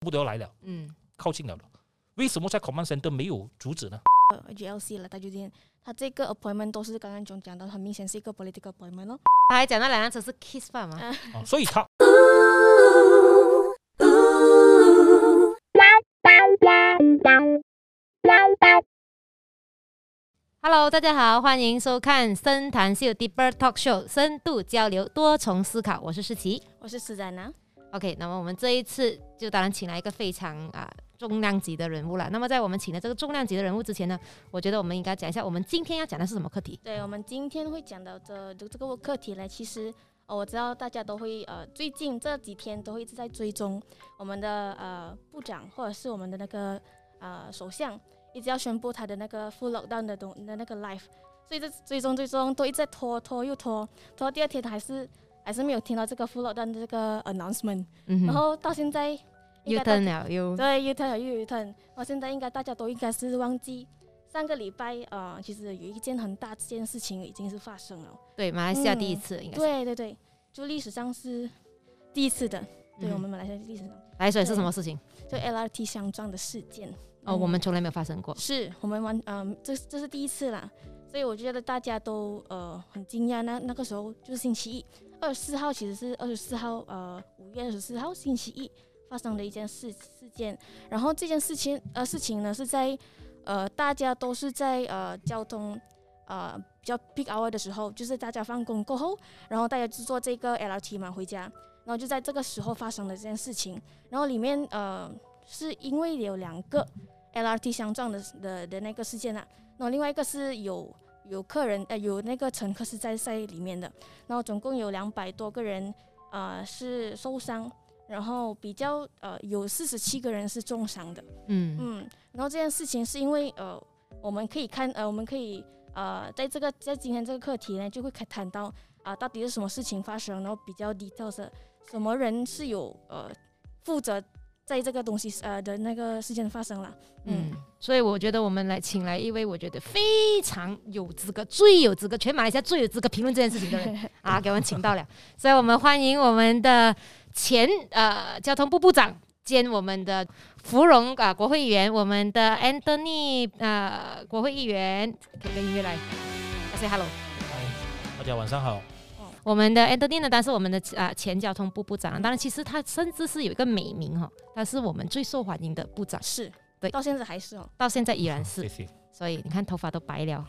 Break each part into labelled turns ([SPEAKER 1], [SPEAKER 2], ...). [SPEAKER 1] 部都要来了，
[SPEAKER 2] 嗯
[SPEAKER 1] 靠近了了，为什么在 command center 没有阻止呢？
[SPEAKER 3] 呃 GLC 了，他就天他这个 appointment 都是刚刚总讲到，很明显是一个 political appointment 咯。
[SPEAKER 2] 他还讲那两辆车是 kiss 饭
[SPEAKER 3] 嗯
[SPEAKER 2] 嘛？
[SPEAKER 1] 啊，所以他
[SPEAKER 2] Hello，大家好，欢迎收看《深谈秀 Deeper Talk Show》，深度交流，多重思考。我是世琪。
[SPEAKER 3] 我是施展啊，
[SPEAKER 2] OK，那么我们这一次就当然请来一个非常啊重量级的人物了。那么在我们请的这个重量级的人物之前呢，我觉得我们应该讲一下我们今天要讲的是什么课题。
[SPEAKER 3] 对我们今天会讲到这这个课题呢，其实。呃我知道大家都会呃，最近这几天都会一直在追踪我们的呃部长或者是我们的那个呃首相，一直要宣布他的那个 full lockdown 的东的那个 life，所以这追踪追踪都一直在拖拖又拖，拖到第二天他还是还是没有听到这个 full lockdown 的这个 announcement，、
[SPEAKER 2] 嗯
[SPEAKER 3] 然
[SPEAKER 2] 哼
[SPEAKER 3] 后到现在应
[SPEAKER 2] ，U
[SPEAKER 3] 该到
[SPEAKER 2] turn 了 U，
[SPEAKER 3] 对，U turn 有 U turn，我现在应该大家都应该是忘记上个礼拜呃，其实有一件很大这件事情已经是发生了。
[SPEAKER 2] 对，马来西亚
[SPEAKER 3] 嗯
[SPEAKER 2] 第一次应该是。
[SPEAKER 3] 对对对，就历史上是第一次的，对、
[SPEAKER 2] 嗯
[SPEAKER 3] 我们马来西亚历史上
[SPEAKER 2] 来，所以是
[SPEAKER 3] 对
[SPEAKER 2] 什么事情？
[SPEAKER 3] 就 LRT 相撞的事件。
[SPEAKER 2] 哦，
[SPEAKER 3] 嗯
[SPEAKER 2] 我们从来没有发生过。
[SPEAKER 3] 是我们完，嗯、这这是第一次啦，所以我觉得大家都呃很惊讶。那那个时候就是星期一，二十四号其实是二十四号，呃，五月二十四号星期一发生的一件事事件。然后这件事情呃事情呢是在呃大家都是在呃交通呃比较 peak hour 的时候，就是大家放工过后，然后大家就坐这个 LRT 嘛回家，然后就在这个时候发生的这件事情。然后里面呃是因为有两个 LRT 相撞的的的那个事件啊，然后另外一个是有有客人呃有那个乘客是在在里面的，然后总共有两百多个人呃是受伤，然后比较呃有四十七个人是重伤的，
[SPEAKER 2] 嗯
[SPEAKER 3] 嗯，然后这件事情是因为呃我们可以看呃我们可以呃在这个在今天这个课题呢就会开谈到啊、到底是什么事情发生，然后比较 details 的什么人是有呃负责在这个东西呃的那个事件的发生了，
[SPEAKER 2] 嗯，所以我觉得我们来请来一位我觉得非常有资格、最有资格、全马来西亚最有资格评论这件事情的人啊，给我们请到了。所以我们欢迎我们的前呃交通部部长兼我们的芙蓉啊、国会议员，我们的 Anthony 呃国会议员，可以跟音乐来。啊 say hello，
[SPEAKER 1] 哎大家晚上好，
[SPEAKER 2] 我们的 Anthony 呢，当然是我们的啊、呃前交通部部长，当然其实他甚至是有一个美名哈、哦，他是我们最受欢迎的部长，
[SPEAKER 3] 是，
[SPEAKER 2] 对
[SPEAKER 3] 到现在还是哦，
[SPEAKER 2] 到现在依然是
[SPEAKER 1] 谢。谢。
[SPEAKER 2] 所以你看头发都白了。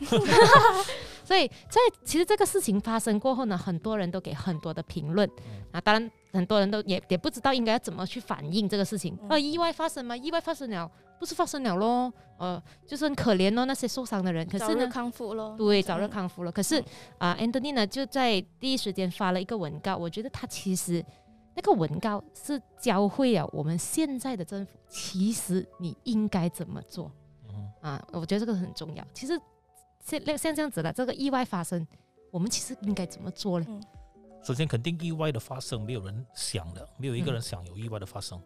[SPEAKER 2] 所以在其实这个事情发生过后呢，很多人都给很多的评论
[SPEAKER 1] 嗯
[SPEAKER 2] 啊，当然很多人都也也不知道应该怎么去反应这个事情。
[SPEAKER 3] 嗯
[SPEAKER 2] 呃，意外发生吗？意外发生了，不是发生了咯，呃，就是很可怜咯，那些受伤的人。可
[SPEAKER 3] 早
[SPEAKER 2] 是
[SPEAKER 3] 日
[SPEAKER 2] 呢，
[SPEAKER 3] 康复咯，
[SPEAKER 2] 对，早日
[SPEAKER 3] 嗯
[SPEAKER 2] 康复了。可是
[SPEAKER 3] 嗯
[SPEAKER 2] 啊、a n t h o n y 呢就在第一时间发了一个文告，我觉得他其实那个文告是教会了我们现在的政府，其实你应该怎么做。
[SPEAKER 1] 嗯，
[SPEAKER 2] 啊，我觉得这个很重要。其实现像这样子的这个意外发生，我们其实应该怎么做呢？
[SPEAKER 1] 首先肯定意外的发生，没有人想的，没有一个人想有意外的发生。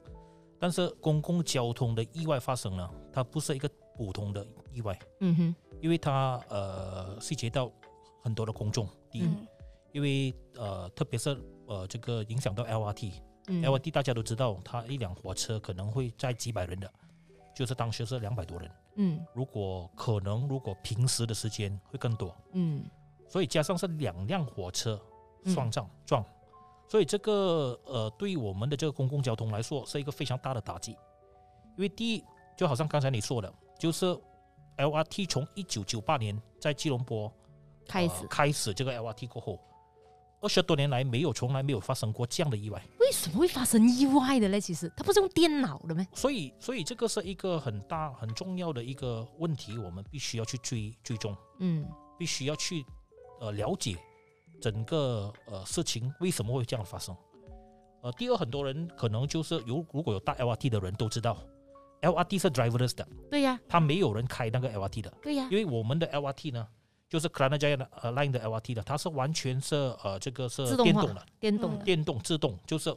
[SPEAKER 1] 但是公共交通的意外发生呢，它不是一个普通的意外，
[SPEAKER 2] 嗯哼，
[SPEAKER 1] 因为它呃涉及到很多的公众。第一，
[SPEAKER 3] 嗯
[SPEAKER 1] 因为呃特别是呃这个影响到 LRT，
[SPEAKER 2] 嗯
[SPEAKER 1] LRT 大家都知道，它一辆火车可能会载几百人的，就是当时是两百多人。
[SPEAKER 2] 嗯
[SPEAKER 1] 如果可能，如果平时的时间会更多，
[SPEAKER 2] 嗯
[SPEAKER 1] 所以加上是两辆火车
[SPEAKER 2] 嗯
[SPEAKER 1] 双撞撞，所以这个呃对于我们的这个公共交通来说是一个非常大的打击。因为第一，就好像刚才你说的，就是 LRT 从一九九八年在吉隆坡
[SPEAKER 2] 开
[SPEAKER 1] 呃
[SPEAKER 2] 始，
[SPEAKER 1] 开始这个 LRT 过后，二十多年来没有从来没有发生过这样的意外。
[SPEAKER 2] 为什么会发生意外的嘞？其实它不是用电脑的吗？
[SPEAKER 1] 所以，所以这个是一个很大、很重要的一个问题，我们必须要去追追踪，
[SPEAKER 2] 嗯
[SPEAKER 1] 必须要去呃了解整个呃事情为什么会这样发生。呃，第二，很多人可能就是有如果有搭 LRT 的人都知道，LRT 是 driverless 的，
[SPEAKER 2] 对呀、
[SPEAKER 1] 他没有人开那个 LRT 的，
[SPEAKER 2] 对呀、
[SPEAKER 1] 因为我们的 LRT 呢，就是 k r a n a j a 的呃 Line 的 LRT 的，它是完全是呃这个是
[SPEAKER 2] 自动
[SPEAKER 1] 电
[SPEAKER 2] 化
[SPEAKER 1] 动的，
[SPEAKER 2] 电动的、
[SPEAKER 1] 电动自动，就是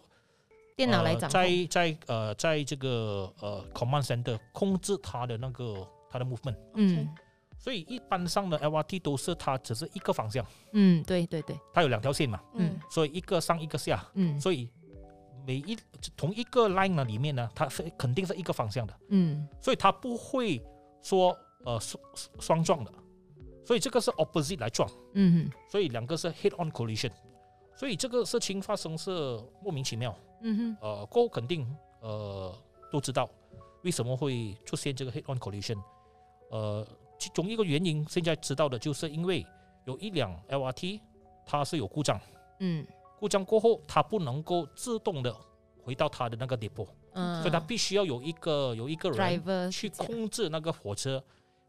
[SPEAKER 2] 电脑来掌
[SPEAKER 1] 嗯
[SPEAKER 2] 控。
[SPEAKER 1] 呃、在在呃，在这个呃 command center 控制它的那个它的 movement，
[SPEAKER 2] 嗯
[SPEAKER 1] 所以一般上的 LRT 都是它只是一个方向，
[SPEAKER 2] 嗯，对对对，
[SPEAKER 1] 它有两条线嘛，
[SPEAKER 3] 嗯
[SPEAKER 2] 嗯
[SPEAKER 1] 所以一个上一个下，
[SPEAKER 2] 嗯
[SPEAKER 1] 所以每一同一个 line 呢里面呢，它是肯定是一个方向的，
[SPEAKER 2] 嗯
[SPEAKER 1] 所以它不会说呃双双撞的，所以这个是 opposite 来撞，
[SPEAKER 2] 嗯
[SPEAKER 1] 所以两个是 head on collision，所以这个事情发生是莫名其妙，
[SPEAKER 2] 嗯
[SPEAKER 1] 呃，过后肯定呃都知道为什么会出现这个 head on collision，呃，其中一个原因现在知道的就是因为有一辆 LRT 它是有故障。
[SPEAKER 2] 嗯
[SPEAKER 1] 故障过后，它不能够自动的回到它的那个 depot，、
[SPEAKER 2] 嗯，
[SPEAKER 1] 所以它必须要有一个有一个人
[SPEAKER 2] driver
[SPEAKER 1] 去
[SPEAKER 2] 控，
[SPEAKER 1] 控制那个火车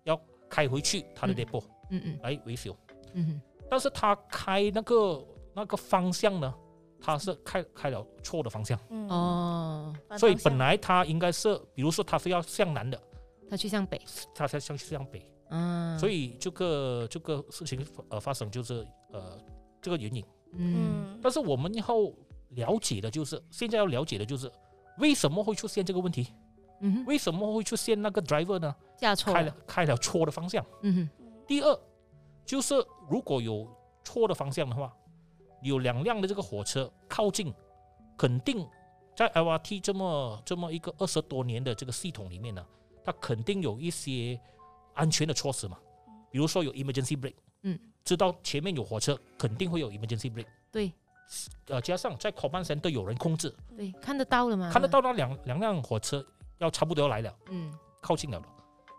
[SPEAKER 1] 要开回去它的
[SPEAKER 2] 嗯
[SPEAKER 1] depot、
[SPEAKER 2] 嗯嗯
[SPEAKER 1] 来维修。
[SPEAKER 2] 嗯
[SPEAKER 1] 但是它开那个那个方向呢，它是开开了错的方向，
[SPEAKER 3] 嗯
[SPEAKER 2] 哼，，哦，
[SPEAKER 3] 反
[SPEAKER 1] 所以
[SPEAKER 3] 方向
[SPEAKER 1] 本来它应该是，比如说它是要向南的，
[SPEAKER 2] 他去向北，
[SPEAKER 1] 它才向向北，
[SPEAKER 2] 嗯，
[SPEAKER 1] 所以这个这个事情呃发生就是呃这个原因。
[SPEAKER 2] 嗯
[SPEAKER 3] 嗯
[SPEAKER 1] 但是我们要了解的就是，现在要了解的就是为什么会出现这个问题？
[SPEAKER 2] 嗯哼，
[SPEAKER 1] 为什么会出现那个 driver 呢？
[SPEAKER 2] 嫁错
[SPEAKER 1] 开了，开了错的方向。
[SPEAKER 2] 嗯
[SPEAKER 1] 第二，就是如果有错的方向的话，有两辆的这个火车靠近，肯定在 LRT 这么这么一个二十多年的这个系统里面呢，它肯定有一些安全的措施嘛，比如说有 emergency brake，
[SPEAKER 2] 嗯，
[SPEAKER 1] 知道前面有火车，肯定会有 emergency brake。
[SPEAKER 2] 哼，对
[SPEAKER 1] 呃，加上在 command center 有人控制，
[SPEAKER 2] 对，看得到了嘛，
[SPEAKER 1] 看得，到那两两辆火车要差不多要来了，
[SPEAKER 2] 嗯
[SPEAKER 1] 靠近了了。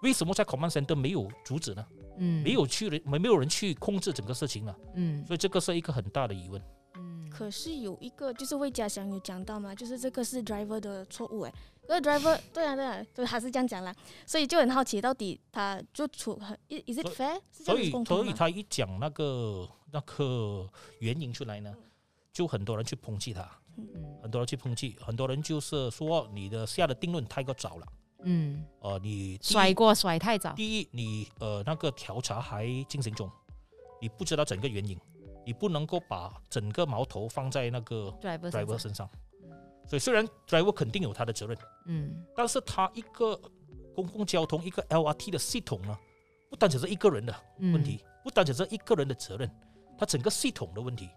[SPEAKER 1] 为什么在 command center 没有阻止呢？
[SPEAKER 2] 嗯，
[SPEAKER 1] 没，有去人没没有人去控制整个事情呢？啊
[SPEAKER 2] 嗯
[SPEAKER 1] 所以这个是一个很大的疑问。
[SPEAKER 2] 嗯，
[SPEAKER 3] 可是有一个，就是魏家祥有讲到嘛，就是这个是 driver 的错误哎。可 是 driver 对啊对啊，就他是这样讲啦，所以就很好奇，到底他就处很 is it
[SPEAKER 1] 所以
[SPEAKER 3] fair 是这
[SPEAKER 1] 所
[SPEAKER 3] 样子
[SPEAKER 1] 以
[SPEAKER 3] 共
[SPEAKER 1] 所
[SPEAKER 3] 同
[SPEAKER 1] 以
[SPEAKER 3] 吗？
[SPEAKER 1] 他一讲那个那个原因出来呢，就很多人去抨击他，
[SPEAKER 2] 嗯
[SPEAKER 1] 很多人去抨击，很多人就是说你的下的定论太过早了。
[SPEAKER 2] 嗯，
[SPEAKER 1] 呃，你第一
[SPEAKER 2] 甩过甩太早，
[SPEAKER 1] 第一，你呃那个调查还进行中，你不知道整个原因，你不能够把整个矛头放在那个
[SPEAKER 2] driver
[SPEAKER 1] driver
[SPEAKER 2] 身上
[SPEAKER 1] 身上。所以虽然 driver 肯定有他的责任，
[SPEAKER 2] 嗯
[SPEAKER 1] 但是他一个公共交通一个 LRT 的系统呢，不单只是一个人的
[SPEAKER 2] 嗯
[SPEAKER 1] 问，题，不单只是一个人的责任，它整个系统的问题。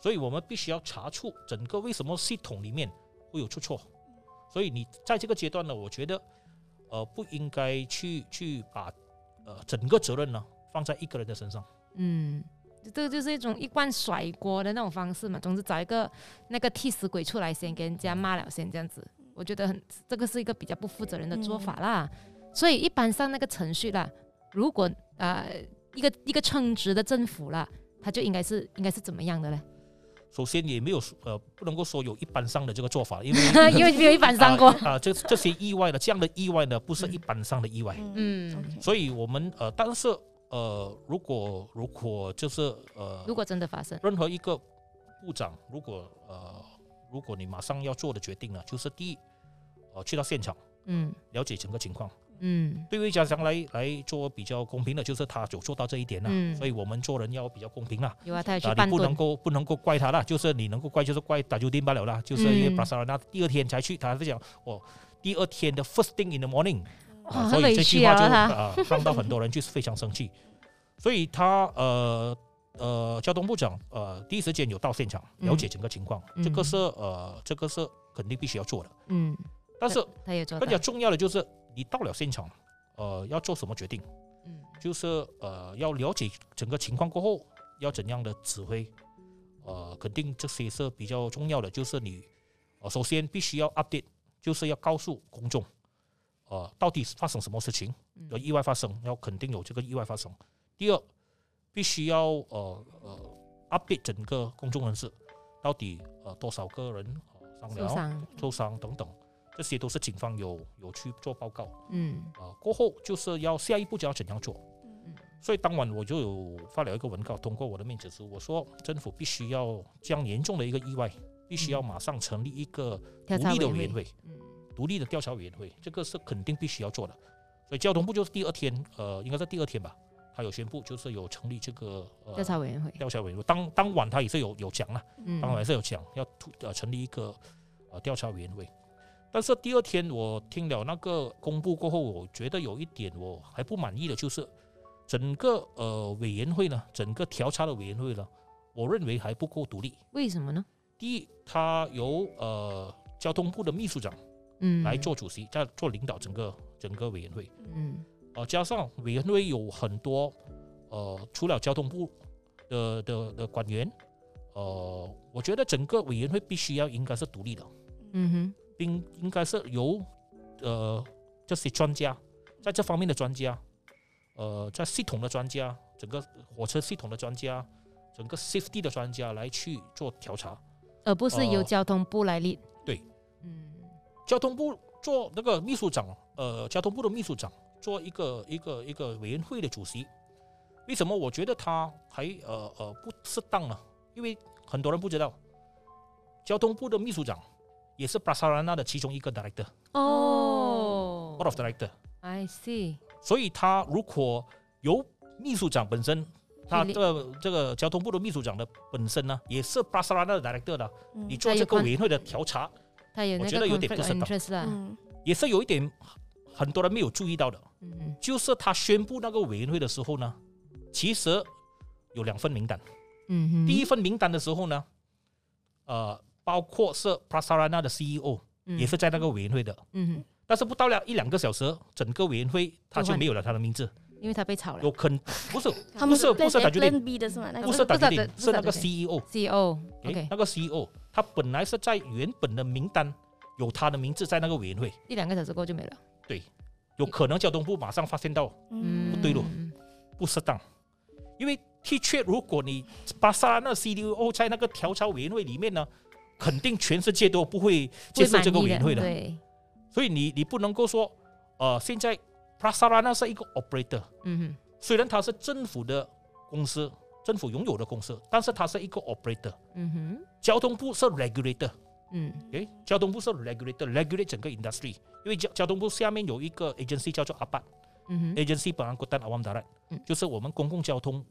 [SPEAKER 1] 所以我们必须要查出整个为什么系统里面会有出错。所以你在这个阶段呢，我觉得呃不应该去去把呃整个责任呢放在一个人的身上。
[SPEAKER 2] 嗯，这个就是一种一贯甩锅的那种方式嘛。总之找一个那个替死鬼出来先，给人家骂了先，这样子，我觉得很这个是一个比较不负责任的做法啦。所以一般上那个程序啦，如果呃一个一个称职的政府啦，他就应该是应该是怎么样的嘞？
[SPEAKER 1] 首先也没有说呃不能够说有一般上的这个做法，因为
[SPEAKER 2] 因为没有一般上过，
[SPEAKER 1] 啊、啊这这些意外的这样的意外呢，不是一般上的意外。
[SPEAKER 2] 嗯
[SPEAKER 3] OK
[SPEAKER 1] 所以我们呃，但是呃，如果如果就是呃，
[SPEAKER 2] 如果真的发生，
[SPEAKER 1] 任何一个部长，如果呃，如果你马上要做的决定呢，就是第一，呃，去到现场
[SPEAKER 2] 嗯
[SPEAKER 1] 了解整个情况。
[SPEAKER 2] 嗯
[SPEAKER 1] 对魏家祥来来做比较公平的，就是他有做到这一点呢、
[SPEAKER 2] 嗯
[SPEAKER 1] 所以我们做人要比较公平啊。
[SPEAKER 2] 有啊，他也去
[SPEAKER 1] 啊，
[SPEAKER 2] 办
[SPEAKER 1] 你不能
[SPEAKER 2] 蹲，
[SPEAKER 1] 够不能够怪他啦，就是你能够怪就是怪打酒店罢了啦，就是因为
[SPEAKER 2] 嗯
[SPEAKER 1] 巴塞罗那第二天才去，他是讲哦，第二天的 first thing in the morning，、
[SPEAKER 2] 哦
[SPEAKER 1] 啊、
[SPEAKER 2] 很
[SPEAKER 1] 所以
[SPEAKER 2] 委
[SPEAKER 1] 这
[SPEAKER 2] 屈
[SPEAKER 1] 句话
[SPEAKER 2] 啊
[SPEAKER 1] 就
[SPEAKER 2] 他
[SPEAKER 1] 啊、让到很多人就是非常生气， 所以他呃呃交通部长呃第一时间有到现场了解整个情况，
[SPEAKER 2] 嗯
[SPEAKER 1] 这个是呃这个是肯定必须要做的，
[SPEAKER 2] 嗯，
[SPEAKER 1] 但是
[SPEAKER 2] 他也做
[SPEAKER 1] 更加
[SPEAKER 2] 到，
[SPEAKER 1] 重要的就是你到了现场，呃要做什么决定，
[SPEAKER 2] 嗯
[SPEAKER 1] 就是呃要了解整个情况过后要怎样的指挥，呃，肯定这些是比较重要的。就是你，呃，首先必须要 update，就是要告诉公众，呃，到底发生什么事情，有
[SPEAKER 2] 嗯
[SPEAKER 1] 意外发生，要肯定有这个意外发生。第二，必须要呃呃 update 整个公众人士，到底呃多少个人、呃、伤
[SPEAKER 2] 受
[SPEAKER 1] 了、
[SPEAKER 2] 伤，
[SPEAKER 1] 受伤等等，这些都是警方有有去做报告。
[SPEAKER 2] 嗯
[SPEAKER 1] 啊，过后就是要下一步就要怎样做。
[SPEAKER 2] 嗯
[SPEAKER 1] 所以当晚我就有发了一个文告，通过我的面子书，我说政府必须要这样严重的一个意外，必须要马上成立一个
[SPEAKER 2] 调
[SPEAKER 1] 独
[SPEAKER 2] 查
[SPEAKER 1] 立的委
[SPEAKER 2] 委
[SPEAKER 1] 员
[SPEAKER 2] 员会，
[SPEAKER 1] 会，
[SPEAKER 2] 嗯
[SPEAKER 1] 独立的调查委员会，这个是肯定必须要做的。所以交通部就是第二天，呃，应该在第二天吧，他有宣布就是有成立这个呃
[SPEAKER 2] 调查委员会，
[SPEAKER 1] 调查委员会。当当晚他也是有有讲了。啊
[SPEAKER 2] 嗯
[SPEAKER 1] 当然是有讲要突呃成立一个呃调查委员会，但是第二天我听了那个公布过后，我觉得有一点我还不满意的就是整个呃委员会呢，整个调查的委员会呢，我认为还不够独立。
[SPEAKER 2] 为什么呢？
[SPEAKER 1] 第一，它由呃交通部的秘书长
[SPEAKER 2] 嗯，
[SPEAKER 1] 来做主席，再做领导整个整个委员会。
[SPEAKER 2] 嗯，
[SPEAKER 1] 呃，加上委员会有很多呃，除了交通部的的的官员，呃，我觉得整个委员会必须要应该是独立的，
[SPEAKER 2] 嗯哼，
[SPEAKER 1] 并应该是由呃这些专家，在这方面的专家，呃，在系统的专家，整个火车系统的专家，整个 safety 的专家来去做调查。
[SPEAKER 2] 而不是由
[SPEAKER 1] 呃
[SPEAKER 2] 交通部来立。
[SPEAKER 1] 对，
[SPEAKER 2] 嗯
[SPEAKER 1] 交通部做那个秘书长，呃，交通部的秘书长做一个一个一个委员会的主席。为什么我觉得他还呃呃不适当呢？因为很多人不知道，交通部的秘书长也是巴塞罗那的其中一个 director，board
[SPEAKER 2] 哦
[SPEAKER 1] of director。
[SPEAKER 2] ，I see，
[SPEAKER 1] 所以他如果由秘书长本身，他这个这个交通部的秘书长的本身呢，也是巴塞罗那的 director 的，
[SPEAKER 3] 嗯
[SPEAKER 1] 你做这个委员会的调查，
[SPEAKER 2] 他有
[SPEAKER 1] 我
[SPEAKER 2] 那
[SPEAKER 1] 觉
[SPEAKER 2] 个
[SPEAKER 1] 得有点不
[SPEAKER 2] conflict of
[SPEAKER 1] 适当
[SPEAKER 2] interest 啦。
[SPEAKER 3] 嗯
[SPEAKER 1] 也是有一点很多人没有注意到的。
[SPEAKER 2] 嗯
[SPEAKER 1] 就是他宣布那个委员会的时候呢，其实有两份名单。
[SPEAKER 2] 嗯哼，
[SPEAKER 1] 第一份名单的时候呢，呃，包括是 Prasarana 的 CEO
[SPEAKER 2] 嗯
[SPEAKER 1] 也是在那个委员会的，
[SPEAKER 2] 嗯
[SPEAKER 1] 但是不到了一两个小时，整个委员会他就没有了他的名字。
[SPEAKER 2] 哼，因为他被炒了
[SPEAKER 1] 有肯不是
[SPEAKER 3] 他们
[SPEAKER 1] 不是不是
[SPEAKER 3] Plan A
[SPEAKER 1] 打决定
[SPEAKER 3] Plan B 的是吗？那
[SPEAKER 2] 不
[SPEAKER 1] 不
[SPEAKER 3] 个
[SPEAKER 1] 是打决
[SPEAKER 2] 不是
[SPEAKER 1] 定
[SPEAKER 2] 不，是
[SPEAKER 1] 是那个
[SPEAKER 2] 打决
[SPEAKER 1] CEO，
[SPEAKER 2] CEO。
[SPEAKER 1] 诶
[SPEAKER 2] E OK，
[SPEAKER 1] 那个 CEO 他本来是在原本的名单有他的名字在那个委员会，
[SPEAKER 2] 一两个小时过后就没了。
[SPEAKER 1] 有可能交通部马上发现到
[SPEAKER 2] 嗯，
[SPEAKER 1] 不对路
[SPEAKER 2] 嗯
[SPEAKER 1] 不适当，因为的确，如果你巴萨那 CDO 在那个调查委员会里面呢，肯定全世界都不会接受这个委员会
[SPEAKER 2] 的。
[SPEAKER 1] 的，嗯
[SPEAKER 2] 对，
[SPEAKER 1] 所以你你不能够说，呃，现在巴萨那是一个 operator，
[SPEAKER 2] 嗯
[SPEAKER 1] 虽然它是政府的公司，政府拥有的公司，但是它是一个 operator，
[SPEAKER 2] 哼，嗯哼，
[SPEAKER 1] 交通部是 regulator。
[SPEAKER 2] 嗯
[SPEAKER 1] 诶，交通部是 regulator，regulate 整个 industry，因为交交通部下面有一个 agency 叫做 APAT，
[SPEAKER 2] 嗯哼，
[SPEAKER 1] Agency Perangkutan Awam Darat，、
[SPEAKER 2] 嗯
[SPEAKER 1] 就是我们公共交通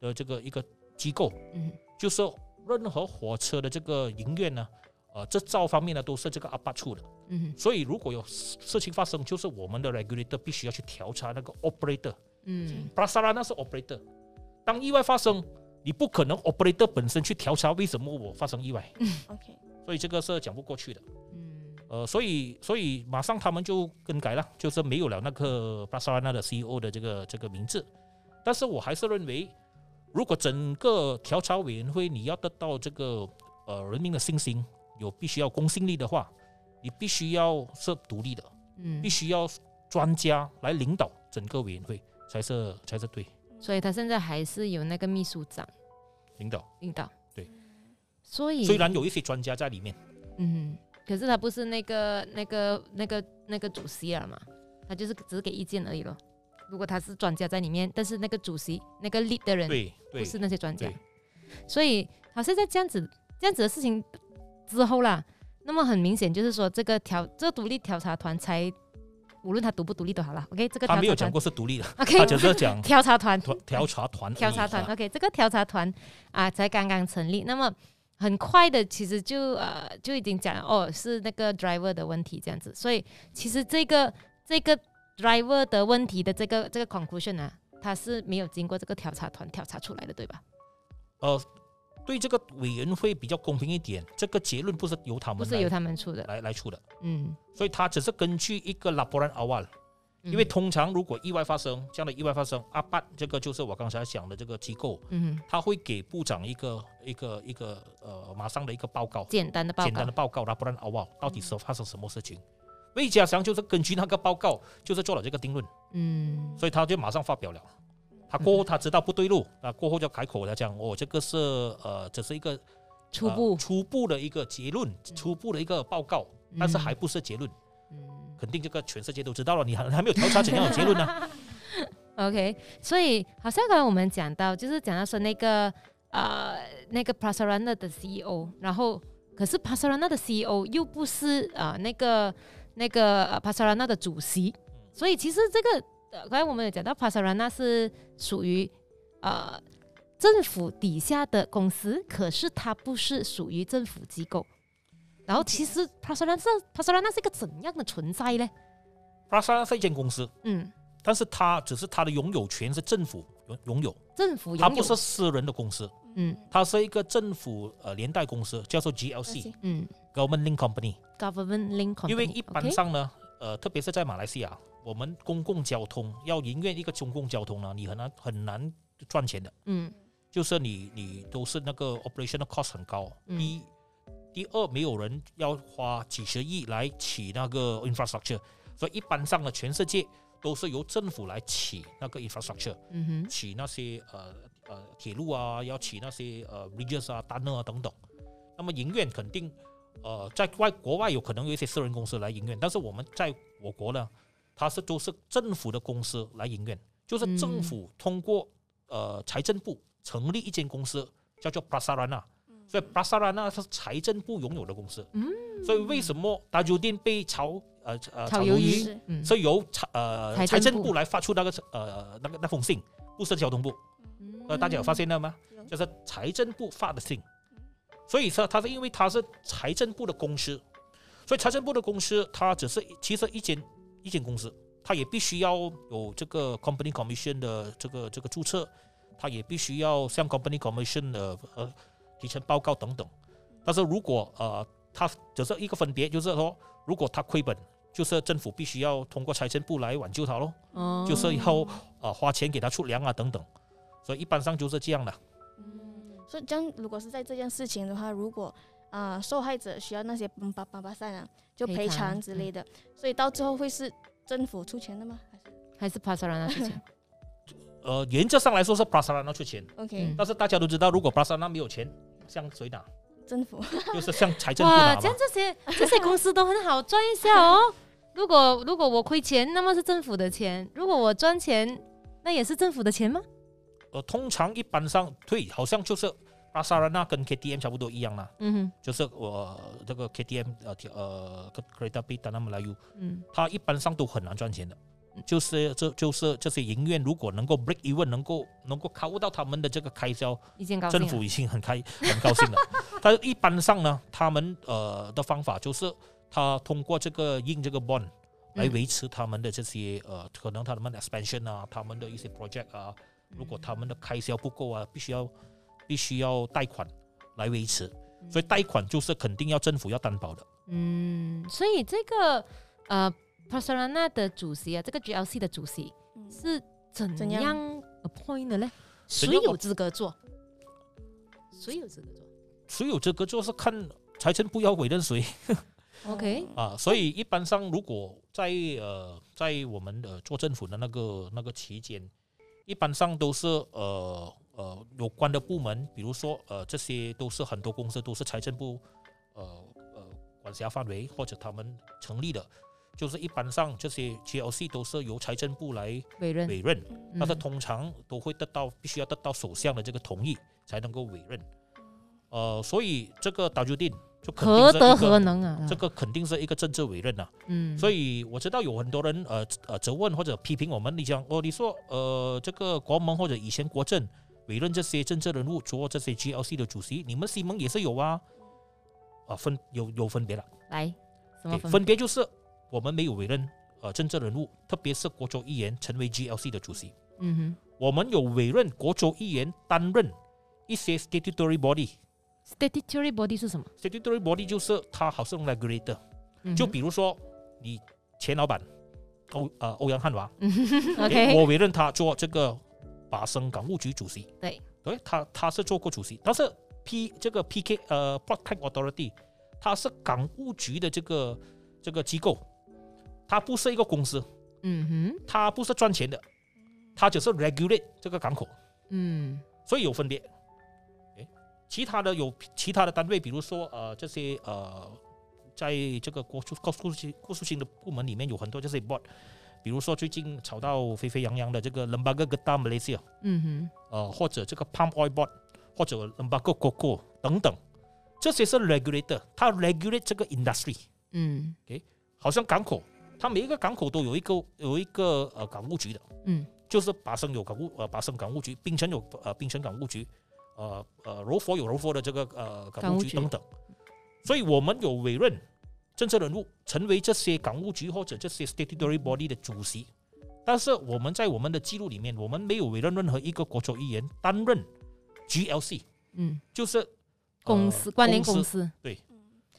[SPEAKER 1] 的这个一个机构，
[SPEAKER 2] 嗯
[SPEAKER 1] 就是任何火车的这个营运呢，呃，这造方面呢都是这个阿巴出的。
[SPEAKER 2] 嗯哼，
[SPEAKER 1] 所以如果有事事情发生，就是我们的 regulator 必须要去调查那个 operator。
[SPEAKER 2] 嗯，
[SPEAKER 1] 巴萨拉那是 operator，当意外发生，你不可能 operator 本身去调查为什么我发生意外，
[SPEAKER 3] OK，
[SPEAKER 1] 所以这个是讲不过去的。
[SPEAKER 2] 嗯
[SPEAKER 1] 呃，所以所以马上他们就更改了，就是没有了那个巴塞罗那的 CEO 的这个这个名字。但是我还是认为，如果整个调查委员会你要得到这个呃人民的信心，有必须要公信力的话，你必须要是独立的，
[SPEAKER 2] 嗯
[SPEAKER 1] 必，须要专家来领导整个委员会才是才是对
[SPEAKER 2] 所以他现在还是有那个秘书长
[SPEAKER 1] 领导。
[SPEAKER 2] 领导。
[SPEAKER 1] 对，
[SPEAKER 2] 所以
[SPEAKER 1] 虽然有一些专家在里面，
[SPEAKER 2] 嗯，可是他不是那个那个那个那个主席了嘛，他就是只是给意见而已咯。如果他是专家在里面，但是那个主席那个 lead 的人
[SPEAKER 1] 对对
[SPEAKER 2] 嗯不是那些专家
[SPEAKER 1] 对，
[SPEAKER 2] 所以好像在这样子这样子的事情之后啦，那么很明显就是说这个调这独立调查团才无论他独不独立都好啦 OK，这个
[SPEAKER 1] 他
[SPEAKER 2] 调
[SPEAKER 1] 没有
[SPEAKER 2] 查
[SPEAKER 1] 讲
[SPEAKER 2] 团
[SPEAKER 1] 过是独 立的，
[SPEAKER 2] OK
[SPEAKER 1] 他只是讲
[SPEAKER 2] 调查团
[SPEAKER 1] 团调查团而已
[SPEAKER 2] 调查团
[SPEAKER 1] 啊
[SPEAKER 2] OK，这个调查团啊才刚刚成立，那么很快的其实就呃就已经讲了哦是那个 driver 的问题这样子，所以其实这个这个 driver 的问题的这个这个 conclusion 啊，它是没有经过这个调查团调查出来的，对吧？
[SPEAKER 1] 呃，对这个委员会比较公平一点，这个结论不是由他
[SPEAKER 2] 不
[SPEAKER 1] 们
[SPEAKER 2] 是
[SPEAKER 1] 来
[SPEAKER 2] 由他们出的，
[SPEAKER 1] 来来出的，
[SPEAKER 2] 嗯，
[SPEAKER 1] 所以他只是根据一个 laboran awal，
[SPEAKER 2] 嗯
[SPEAKER 1] 因为通常如果意外发生这样的意外发生，阿巴这个就是我刚才讲的这个机构，
[SPEAKER 2] 嗯
[SPEAKER 1] 他会给部长一个一个一个呃马上的一个报告，
[SPEAKER 2] 简单的报
[SPEAKER 1] 简单
[SPEAKER 2] 告嗯
[SPEAKER 1] 的，报告 laboran awal 到底是发生什么事情。魏家祥就是根据那个报告，就是做了这个定论，
[SPEAKER 2] 嗯
[SPEAKER 1] 所以他就马上发表了。他过后他知道不对路，啊，过后就开口来讲，哦，这个是呃，只是一个
[SPEAKER 2] 初
[SPEAKER 1] 呃
[SPEAKER 2] 步，
[SPEAKER 1] 初步的一个结论，初步的一个报告，但是还不是结论，
[SPEAKER 2] 嗯
[SPEAKER 1] 肯定这个全世界都知道了，你还还没有调查怎样的结论 呢？
[SPEAKER 2] OK，所以好像刚才我们讲到，就是讲到说那个呃那个 p a s a r a n a 的 CEO，然后可是 p a s a r a n a 的 CEO 又不是呃那个那个 p a s a r a n a 的主席，
[SPEAKER 1] 嗯
[SPEAKER 2] 所以其实这个呃刚才我们有讲到 p a s a r a n a 是属于呃政府底下的公司，可是它不是属于政府机构。然后其
[SPEAKER 1] 嗯
[SPEAKER 2] 实 p a s a r a n a p a s a r a n a 是一个怎样的存在呢？
[SPEAKER 1] 巴沙是一间公司，
[SPEAKER 2] 嗯
[SPEAKER 1] 但是它只是它的拥有权是政府拥拥有，
[SPEAKER 2] 政府
[SPEAKER 1] 它
[SPEAKER 2] 拥
[SPEAKER 1] 不
[SPEAKER 2] 有，
[SPEAKER 1] 是私人的公司，
[SPEAKER 2] 嗯
[SPEAKER 1] 它是一个政府呃连带公司，叫做 GLC
[SPEAKER 2] 嗯
[SPEAKER 1] Government Link Company。
[SPEAKER 2] ，government link company，
[SPEAKER 1] 因为一般
[SPEAKER 2] OK？
[SPEAKER 1] 上呢，呃，特别是在马来西亚，我们公共交通要营运一个公共交通呢，你很难很难赚钱的，
[SPEAKER 2] 嗯
[SPEAKER 1] 就是你你都是那个 operational cost 很高。
[SPEAKER 2] 嗯
[SPEAKER 1] 第一，第二，没有人要花几十亿来起那个 infrastructure，所以一般上呢，全世界都是由政府来起那个 infrastructure。
[SPEAKER 2] 嗯哼
[SPEAKER 1] 起那些呃呃铁路啊，要起那些呃 bridges 啊、单啊等等。那么营运肯定呃在外国外有可能有一些私人公司来营运，但是我们在我国呢，它是都是政府的公司来营运，就是政
[SPEAKER 2] 嗯
[SPEAKER 1] 府通过、呃财政部成立一间公司叫做 Prasarana。所以
[SPEAKER 3] 嗯
[SPEAKER 1] Prasarana 是财政部拥有的公司，
[SPEAKER 2] 嗯，
[SPEAKER 1] 所以为什么 d a j u d i n 被炒呃呃
[SPEAKER 2] 炒鱿
[SPEAKER 1] 鱿
[SPEAKER 2] 鱼
[SPEAKER 1] 鱼
[SPEAKER 3] 是，
[SPEAKER 2] 嗯，
[SPEAKER 1] 是由财呃
[SPEAKER 2] 财
[SPEAKER 1] 财
[SPEAKER 2] 政
[SPEAKER 1] 政
[SPEAKER 2] 部
[SPEAKER 1] 部来发出那个呃那个那封信，不是交通部。
[SPEAKER 3] 嗯
[SPEAKER 1] 呃，大家有发现到吗？
[SPEAKER 3] 有
[SPEAKER 1] 就是财政部发的信，所以说它是因为它是财政部的公司，所以财政部的公司它只是其实一间一间公司，它也必须要有这个 company commission 的这个这个注册，它也必须要向 company commission 的呃提成报告等等。但是如果呃它只是一个分别，就是说如果它亏本，就是政府必须要通过财政部来挽救它咯。
[SPEAKER 2] 哦
[SPEAKER 1] 就是以后啊、花钱给他出粮啊等等，所以一般上就是这样的。
[SPEAKER 3] 嗯所以这样，如果是在这件事情的话，如果啊、呃受害者需要那些帮帮帮帮善啊，就
[SPEAKER 2] 赔
[SPEAKER 3] 赔
[SPEAKER 2] 偿
[SPEAKER 3] 偿之类的，所以到最后会是政府出钱的吗？还是
[SPEAKER 2] 还是 p a s a r a n a 出钱，
[SPEAKER 1] 呃，原则上来说是 p r a s a r a n a 出钱，
[SPEAKER 3] OK，、
[SPEAKER 2] 嗯
[SPEAKER 1] 但是大家都知道，如果 p r a s a r a n a 没有钱，向谁拿？
[SPEAKER 3] 政府
[SPEAKER 1] 就是向财 政部
[SPEAKER 2] 哇，
[SPEAKER 1] 拿
[SPEAKER 2] 这
[SPEAKER 1] 嘛
[SPEAKER 2] 样。这些这些公司都很好赚一下哦。 如果如果我亏钱，那么是政府的钱；如果我赚钱，那也是政府的钱吗？
[SPEAKER 1] 呃，通常一般上对，好像就是 p r a s a r a n a 跟 KTM 差不多一样啦，
[SPEAKER 2] 嗯
[SPEAKER 1] 就是我、呃这个 KTM 呃铁呃 Kereta p i t a n a Melayu，
[SPEAKER 2] 哼嗯
[SPEAKER 1] 它一般上都很难赚钱的。就是这就是这些营院，如果能够 break even，能够能够 cover 到他们的这个开销，
[SPEAKER 2] 意见高兴啊
[SPEAKER 1] 政府已经很开很高 兴了。但是一般上呢，他们呃的方法就是他通过这个印这个 bond 来
[SPEAKER 2] 嗯
[SPEAKER 1] 维持他们的这些、呃可能他们的 expansion 啊，他们的一些 project 啊，
[SPEAKER 2] 嗯
[SPEAKER 1] 如果他们的开销不够啊，必须要必须要贷款来维持。所以贷款就是肯定要政府要担保的。
[SPEAKER 2] 嗯，所以这个呃 p a s a r a n a 的主席啊，这个 GLC 的主席
[SPEAKER 3] 嗯
[SPEAKER 2] 是怎
[SPEAKER 3] 怎
[SPEAKER 2] 样
[SPEAKER 3] 样
[SPEAKER 2] appoint 的嘞？谁
[SPEAKER 1] 怎样
[SPEAKER 2] 有资格做？谁有资格做
[SPEAKER 1] 所以有这个就是看财政部要委任谁
[SPEAKER 2] ？OK，
[SPEAKER 1] 啊。所以一般上，如果在呃在我们的做政府的那个那个期间，一般上都是呃呃有关的部门，比如说呃这些都是很多公司都是财政部呃呃管辖范围或者他们成立的，就是一般上这些 GLC 都是由财政部来
[SPEAKER 2] 委任，
[SPEAKER 1] 委任，
[SPEAKER 2] 嗯
[SPEAKER 1] 但是通常都会得到必须要得到首相的这个同意才能够委任。呃，所以这个 d a j u d i n 就肯定
[SPEAKER 2] 何
[SPEAKER 1] 是一
[SPEAKER 2] 德
[SPEAKER 1] 个
[SPEAKER 2] 何能啊？
[SPEAKER 1] 这个肯定是一个政治委任呐、
[SPEAKER 2] 嗯，
[SPEAKER 1] 所
[SPEAKER 2] 以
[SPEAKER 1] 以我知道有很多人呃呃责问或者批评我们，你讲哦，你说呃这个国盟或者以前国政委任这些政治人物做这些 GLC 的主席，你们西盟也是有啊，啊分有有分别了，
[SPEAKER 2] 来什么
[SPEAKER 1] 对
[SPEAKER 2] 分
[SPEAKER 1] 分别就是我们没有委任呃政治人物，特别是国州议员成为 GLC 的主席，
[SPEAKER 2] 嗯
[SPEAKER 1] 我们有委任国州议员担任一些 statutory body。
[SPEAKER 2] 哼，statutory body 是什么？
[SPEAKER 1] statutory body 就是它好像 regulator，
[SPEAKER 2] 嗯哼
[SPEAKER 1] 就比如说你前老板欧呃欧阳汉华，诶
[SPEAKER 2] OK，
[SPEAKER 1] 我委任他做这个巴生港务局主席，
[SPEAKER 2] 对，
[SPEAKER 1] 对他他是做过主席，但是 P 这个 PK 呃 Protect Authority，它是港务局的这个这个机构，它不是一个公司，
[SPEAKER 2] 嗯哼，
[SPEAKER 1] 它不是赚钱的，它只是 regulate 这个港口，
[SPEAKER 2] 嗯
[SPEAKER 1] 所以有分别。诶其他的有其他的单位，比如说呃这些呃，在这个国国诉性国诉性的部门里面有很多这些 board，比如说最近炒到沸沸扬扬的这个 Lembaga Getah Malaysia，
[SPEAKER 2] 嗯
[SPEAKER 1] 呃或者这个 Palm Oil Board，或者 Lembaga Koko 等等，这些是 regulator，它 regulate 这个 industry，
[SPEAKER 2] 哼，嗯
[SPEAKER 1] 好像港口，它每一个港口都有一个有一个呃港务局的。
[SPEAKER 2] 嗯
[SPEAKER 1] 就是巴生有港务呃巴生港务局，槟城有呃槟城港务局，呃呃柔佛有柔佛的这个呃
[SPEAKER 2] 港
[SPEAKER 1] 港
[SPEAKER 2] 务
[SPEAKER 1] 务
[SPEAKER 2] 局
[SPEAKER 1] 局等等。所以我们有委任政治人物成为这些港务局或者这些 statutory body 的主席，但是我们在我们的记录里面，我们没有委任任何一个国州议员担任 GLC，
[SPEAKER 2] 嗯，
[SPEAKER 1] 就是呃
[SPEAKER 2] 公司关联
[SPEAKER 1] 公
[SPEAKER 2] 公
[SPEAKER 1] 司
[SPEAKER 2] 司，
[SPEAKER 3] 嗯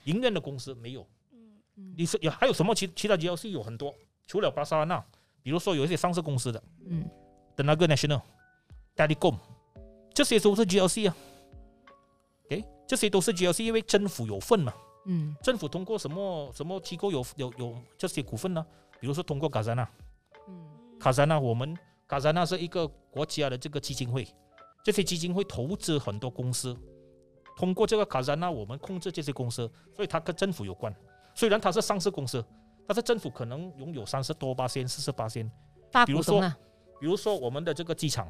[SPEAKER 1] 营运的公司没有。
[SPEAKER 3] 嗯
[SPEAKER 1] 你说有还有什么其其他 GLC 有很多，除了巴塞罗那，比如说有一些上市公司的
[SPEAKER 2] 嗯
[SPEAKER 1] 的那个 National、Telecom，这些都是 GLC 啊。OK，这些都是 GLC，因为政府有份嘛，
[SPEAKER 2] 嗯
[SPEAKER 1] 政府通过什么什么机构有有有这些股份呢？比如说通过卡扎纳，
[SPEAKER 2] 嗯
[SPEAKER 1] 卡扎纳我们卡扎纳是一个国家的这个基金会，这些基金会投资很多公司，通过这个卡扎纳我们控制这些公司，所以它跟政府有关。虽然它是上市公司，但是政府可能拥有三十多八仙、四十八仙。
[SPEAKER 2] 大
[SPEAKER 1] 比如
[SPEAKER 2] 股东
[SPEAKER 1] 说
[SPEAKER 2] 啊，
[SPEAKER 1] 比如说我们的这个机场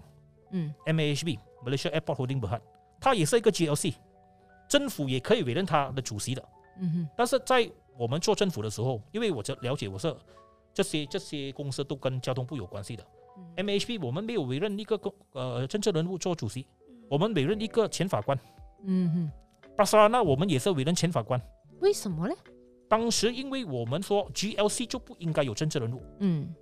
[SPEAKER 2] 嗯
[SPEAKER 1] MAHB Malaysia Airport Holding Berhad，它也是一个 GLC，政府也可以委任它的主席的。
[SPEAKER 2] 嗯哼
[SPEAKER 1] 但是在我们做政府的时候，因为我这了解我是这些这些公司都跟交通部有关系的。
[SPEAKER 2] 嗯
[SPEAKER 1] MHP 我们没有委任一个公呃政治人物做主席，
[SPEAKER 3] 嗯
[SPEAKER 1] 我们委任一个前法官。
[SPEAKER 2] 嗯哼，
[SPEAKER 1] 巴塞罗那我们也是委任前法官。
[SPEAKER 2] 为什么呢？
[SPEAKER 1] 当时因为我们说 GLC 就不应该有政治人物，
[SPEAKER 2] 嗯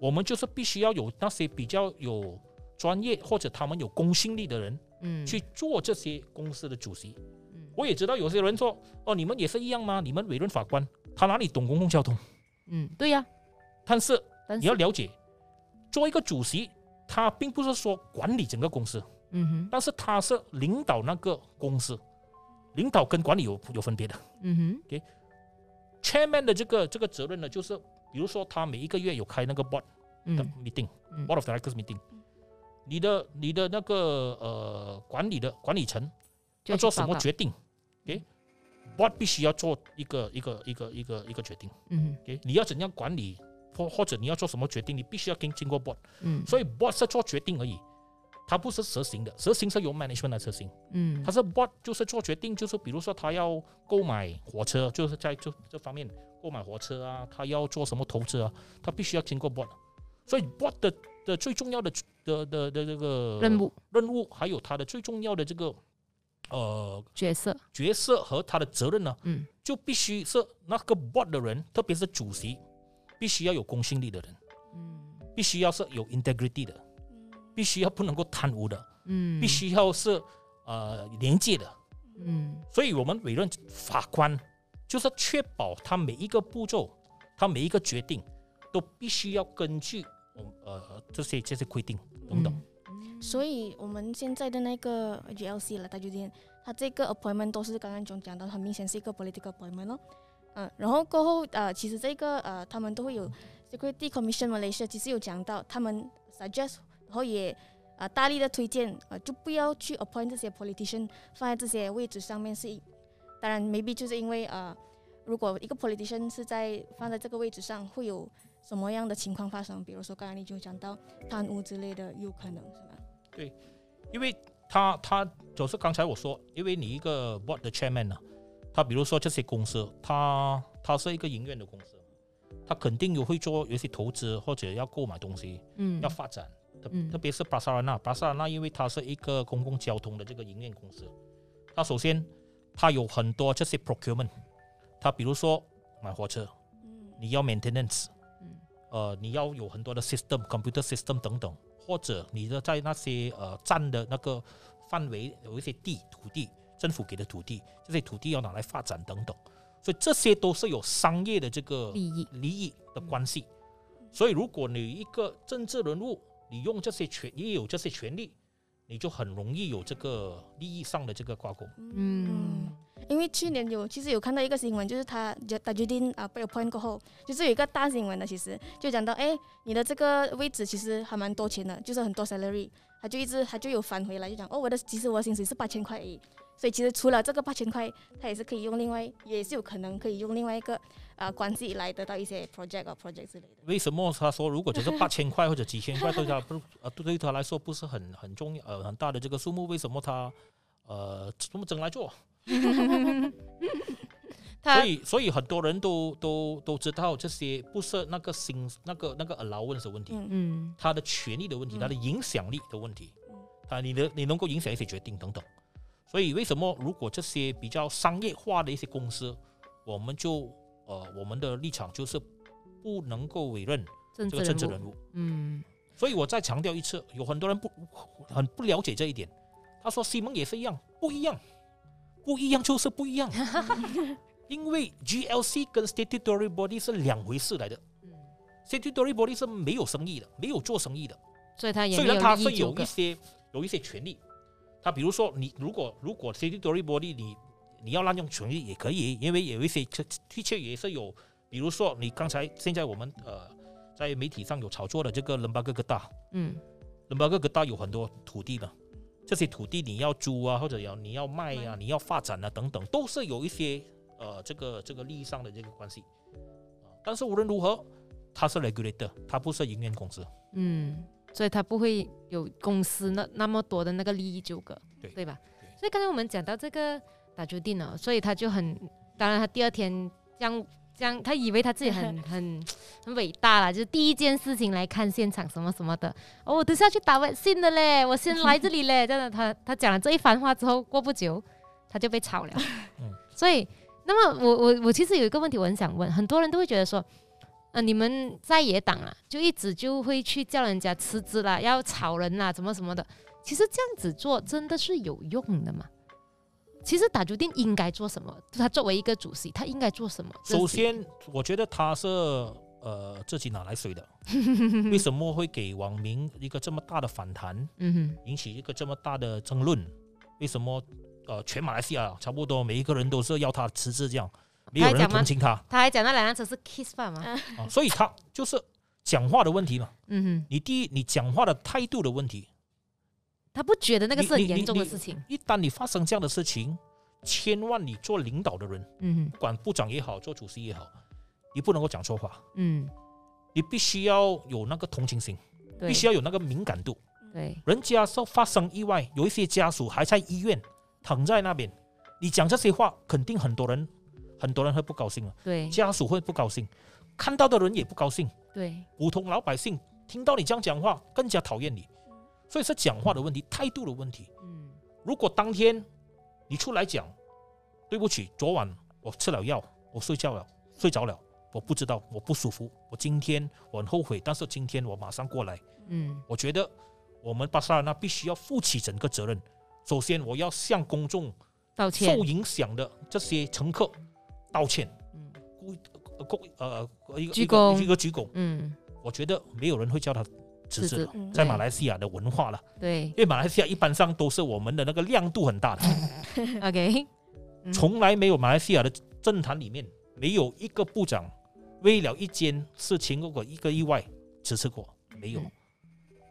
[SPEAKER 1] 我们就是必须要有那些比较有专业或者他们有公信力的人
[SPEAKER 2] 嗯，
[SPEAKER 1] 去做这些公司的主席。
[SPEAKER 2] 嗯
[SPEAKER 1] 我也知道有些人说，哦，你们也是一样吗？你们委任法官，他哪里懂公共交通？
[SPEAKER 2] 嗯，对呀，
[SPEAKER 1] 但是
[SPEAKER 2] 但
[SPEAKER 1] 你
[SPEAKER 2] 是
[SPEAKER 1] 要了解，做一个主席，他并不是说管理整个公司，
[SPEAKER 2] 嗯哼
[SPEAKER 1] 但是他是领导那个公司，领导跟管理有有分别的。
[SPEAKER 2] 嗯哼
[SPEAKER 1] Chairman 的这个这个责任呢，就是比如说他每一个月有开那个 board 的
[SPEAKER 2] 嗯
[SPEAKER 1] meeting，board、
[SPEAKER 2] 嗯
[SPEAKER 1] of directors meeting，你的你的那个呃管理的管理层
[SPEAKER 2] 就
[SPEAKER 1] 要做
[SPEAKER 2] 去
[SPEAKER 1] 什
[SPEAKER 2] 报
[SPEAKER 1] 么
[SPEAKER 2] 告嗯
[SPEAKER 1] 决定？OK，board、必须要做一个一个一个一个一个决定。
[SPEAKER 2] 嗯
[SPEAKER 1] OK，你要怎样管理，或或者你要做什么决定，你必须要经经过 board。
[SPEAKER 2] 嗯
[SPEAKER 1] 所以 board 是做决定而已，它不是实行的，实行是由 management 来执行。
[SPEAKER 2] 嗯
[SPEAKER 1] 它是 board 就是做决定，就是比如说他要购买火车，就是在这这方面购买火车啊，他要做什么投资啊，他必须要经过 board。所以 board 的的最重要的的的的这个
[SPEAKER 2] 任务
[SPEAKER 1] 任务，还有他的最重要的这个呃
[SPEAKER 2] 角色，
[SPEAKER 1] 角色和他的责任呢，
[SPEAKER 2] 嗯
[SPEAKER 1] 就必须是那个 board 的人，特别是主席，必须要有公信力的人，
[SPEAKER 2] 嗯
[SPEAKER 1] 必须要是有 integrity 的，必须要不能够贪污的，
[SPEAKER 2] 嗯，
[SPEAKER 1] 必须要是呃廉洁的。
[SPEAKER 2] 嗯
[SPEAKER 1] 所以我们委任法官，就是确保他每一个步骤，他每一个决定，都必须要根据呃这些这些规定，懂不懂？
[SPEAKER 2] 嗯
[SPEAKER 3] 所以我们现在的那个 GLC 了，大酒店，它这个 appointment 都是刚刚总讲到，很明显是一个 political appointment 哦。嗯，然后过后呃，其实这个呃，他们都会有 Security Commission Malaysia，其实有讲到他们 suggest，然后也呃大力的推荐呃，就不要去 appoint 这些 politician 放在这些位置上面是一，当然 maybe 就是因为呃，如果一个 politician 是在放在这个位置上，会有什么样的情况发生？比如说刚刚你就讲到贪污之类的，有可能是吧？
[SPEAKER 1] 因为他他就是刚才我说，因为你一个 board 的 chairman 呢、他比如说这些公司，他他是一个营运的公司，他肯定有会做有些投资或者要购买东西，
[SPEAKER 2] 嗯
[SPEAKER 1] 要发展。特
[SPEAKER 2] 嗯
[SPEAKER 1] 特别是巴塞罗那，巴塞罗那因为它是一个公共交通的这个营运公司，它首先它有很多这些 procurement，它比如说买火车，
[SPEAKER 3] 嗯
[SPEAKER 1] 你要 maintenance，
[SPEAKER 2] 嗯
[SPEAKER 1] 呃，你要有很多的 system、computer system 等等，或者你的在那些呃占的那个范围有一些地土地，政府给的土地，这些土地要拿来发展等等，所以这些都是有商业的这个
[SPEAKER 2] 嗯利益，嗯
[SPEAKER 1] 利益的关系。所以，如果你一个政治人物，你用这些权，你有这些权利，你就很容易有这个利益上的这个挂钩。
[SPEAKER 2] 嗯
[SPEAKER 3] 因为去年有其实有看到一个新闻，就是他打决定啊被 appoint 过后，就是有一个大新闻的，其实就讲到哎，你的这个位置其实还蛮多钱的，就是很多 salary，他就一直他就有返回来，就讲哦，我的其实我的薪水是八千块而已，所以其实除了这个八千块，他也是可以用另外，也是有可能可以用另外一个啊、关系来得到一些 project 啊 project 之类的。
[SPEAKER 1] 为什么他说如果只是八千块或者几千块对他不呃对他来说不是很很重要呃很大的这个数目？为什么他呃这么整来做？
[SPEAKER 2] 他
[SPEAKER 1] 所以所以很多人都都都知道这些不是那个薪那个那个 allowance 的问题，
[SPEAKER 3] 嗯
[SPEAKER 2] 嗯
[SPEAKER 1] 他的权利的问题，
[SPEAKER 3] 嗯
[SPEAKER 1] 他的影响力的问题
[SPEAKER 3] 嗯，
[SPEAKER 1] 啊，你的你能够影响一些决定等等。所以为什么如果这些比较商业化的一些公司，我们就呃我们的立场就是不能够委任
[SPEAKER 2] 政
[SPEAKER 1] 这
[SPEAKER 2] 治
[SPEAKER 1] 个政治
[SPEAKER 2] 人物，
[SPEAKER 1] 人物。
[SPEAKER 2] 嗯，
[SPEAKER 1] 所以我再强调一次，有很多人不很不了解这一点。他说西蒙也是一样，不一样，不一样就是不一 样，因为 GLC 跟 statutory body 是两回事来的。statutory 嗯 body 是没有生意的，没有做生意的。
[SPEAKER 2] 所以他也
[SPEAKER 1] 虽
[SPEAKER 2] 没
[SPEAKER 1] 然它
[SPEAKER 2] 有利
[SPEAKER 1] 是
[SPEAKER 2] 益纠
[SPEAKER 1] 有一
[SPEAKER 2] 葛，
[SPEAKER 1] 些有一些权利，它比如说你如果如果 statutory body 你你要滥用权利也可以，因为有一些确的确也是有，比如说你刚才现在我们呃在媒体上有炒作的这个伦巴哥哥大，
[SPEAKER 2] 嗯
[SPEAKER 1] 伦巴哥哥大有很多土地嘛，这些土地你要租啊，或者要你要卖啊，
[SPEAKER 3] 卖
[SPEAKER 1] 你要发展啊等等，都是有一些呃这个这个利益上的这个关系。啊但是无论如何，它是 regulator，它不是营运公司。
[SPEAKER 2] 嗯，所以他不会有公司那那么多的那个利益纠葛，
[SPEAKER 1] 对
[SPEAKER 2] 吧
[SPEAKER 1] 对
[SPEAKER 2] 所以刚才我们讲到这个打朱定呢，所以他就很，当然他第二天将将他以为他自己很很很伟大啦，就是第一件事情来看现场什么什么的，哦，我等下去打微信的嘞，我先来这里嘞， 这样的他他讲了这一番话之后，过不久他就被炒了，
[SPEAKER 1] 嗯
[SPEAKER 2] 所以那么我我我其实有一个问题我很想问，很多人都会觉得说。呃，你们在野党啊，就一直就会去叫人家辞职啦，要炒人啦，怎么什么的。其实这样子做真的是有用的嘛？其实打竹定应该做什么？他作为一个主席，他应该做什么？
[SPEAKER 1] 首，先，我觉得他是呃自己哪来 水的？为什么会给网民一个这么大的反弹，
[SPEAKER 2] 嗯
[SPEAKER 1] 引起一个这么大的争论？为什么呃全马来西亚差不多每一个人都是要他辞职这样，没有
[SPEAKER 2] 他还
[SPEAKER 1] 人
[SPEAKER 2] 讲吗
[SPEAKER 1] 同情他
[SPEAKER 2] 哼，他还讲那两辆车是 kiss 吧嘛？
[SPEAKER 1] 啊？所以他就是讲话的问题嘛。
[SPEAKER 2] 嗯哼，
[SPEAKER 1] 你第一，你讲话的态度的问题。
[SPEAKER 2] 他不觉得那个是很
[SPEAKER 1] 你你
[SPEAKER 2] 严重的
[SPEAKER 1] 你
[SPEAKER 2] 事情。
[SPEAKER 1] 一旦你发生这样的事情，千万你做领导的人，
[SPEAKER 2] 嗯
[SPEAKER 1] 不管部长也好，做主席也好，你不能够讲错话，
[SPEAKER 2] 哼，嗯，
[SPEAKER 1] 你必须要有那个同情心。
[SPEAKER 2] 对
[SPEAKER 1] 必须要有那个敏感度。
[SPEAKER 2] 对，
[SPEAKER 1] 人家说发生意外，有一些家属还在医院躺在那边，你讲这些话，肯定很多人很多人会不高兴了，啊
[SPEAKER 2] 对
[SPEAKER 1] 家属会不高兴，看到的人也不高兴，
[SPEAKER 2] 对，
[SPEAKER 1] 普通老百姓听到你这样讲话，更加讨厌你。所以是讲话的问题，态度的问题。
[SPEAKER 2] 嗯
[SPEAKER 1] 如果当天你出来讲，对不起，昨晚我吃了药，我睡觉了，睡着了，我不知道，我不舒服，我今天我很后悔，但是今天我马上过来。
[SPEAKER 2] 嗯
[SPEAKER 1] 我觉得我们巴塞罗那必须要负起整个责任。首先，我要向公众
[SPEAKER 2] 道歉
[SPEAKER 1] 受。影响的这些乘客道歉，
[SPEAKER 2] 嗯
[SPEAKER 1] 鞠呃躬呃一个
[SPEAKER 2] 鞠躬
[SPEAKER 1] 一个一个鞠躬。
[SPEAKER 2] 嗯，
[SPEAKER 1] 我觉得没有人会叫他辞职了，
[SPEAKER 3] 嗯
[SPEAKER 1] 在马
[SPEAKER 2] 对
[SPEAKER 1] 来西亚的文化了，
[SPEAKER 2] 对
[SPEAKER 1] 因为马来西亚一般上都是我们的那个亮度很大的，
[SPEAKER 2] ，OK，嗯
[SPEAKER 1] 从来没有马来西亚的政坛里面没有一个部长为了一件事情或者一个意外辞职过，没有
[SPEAKER 2] 嗯。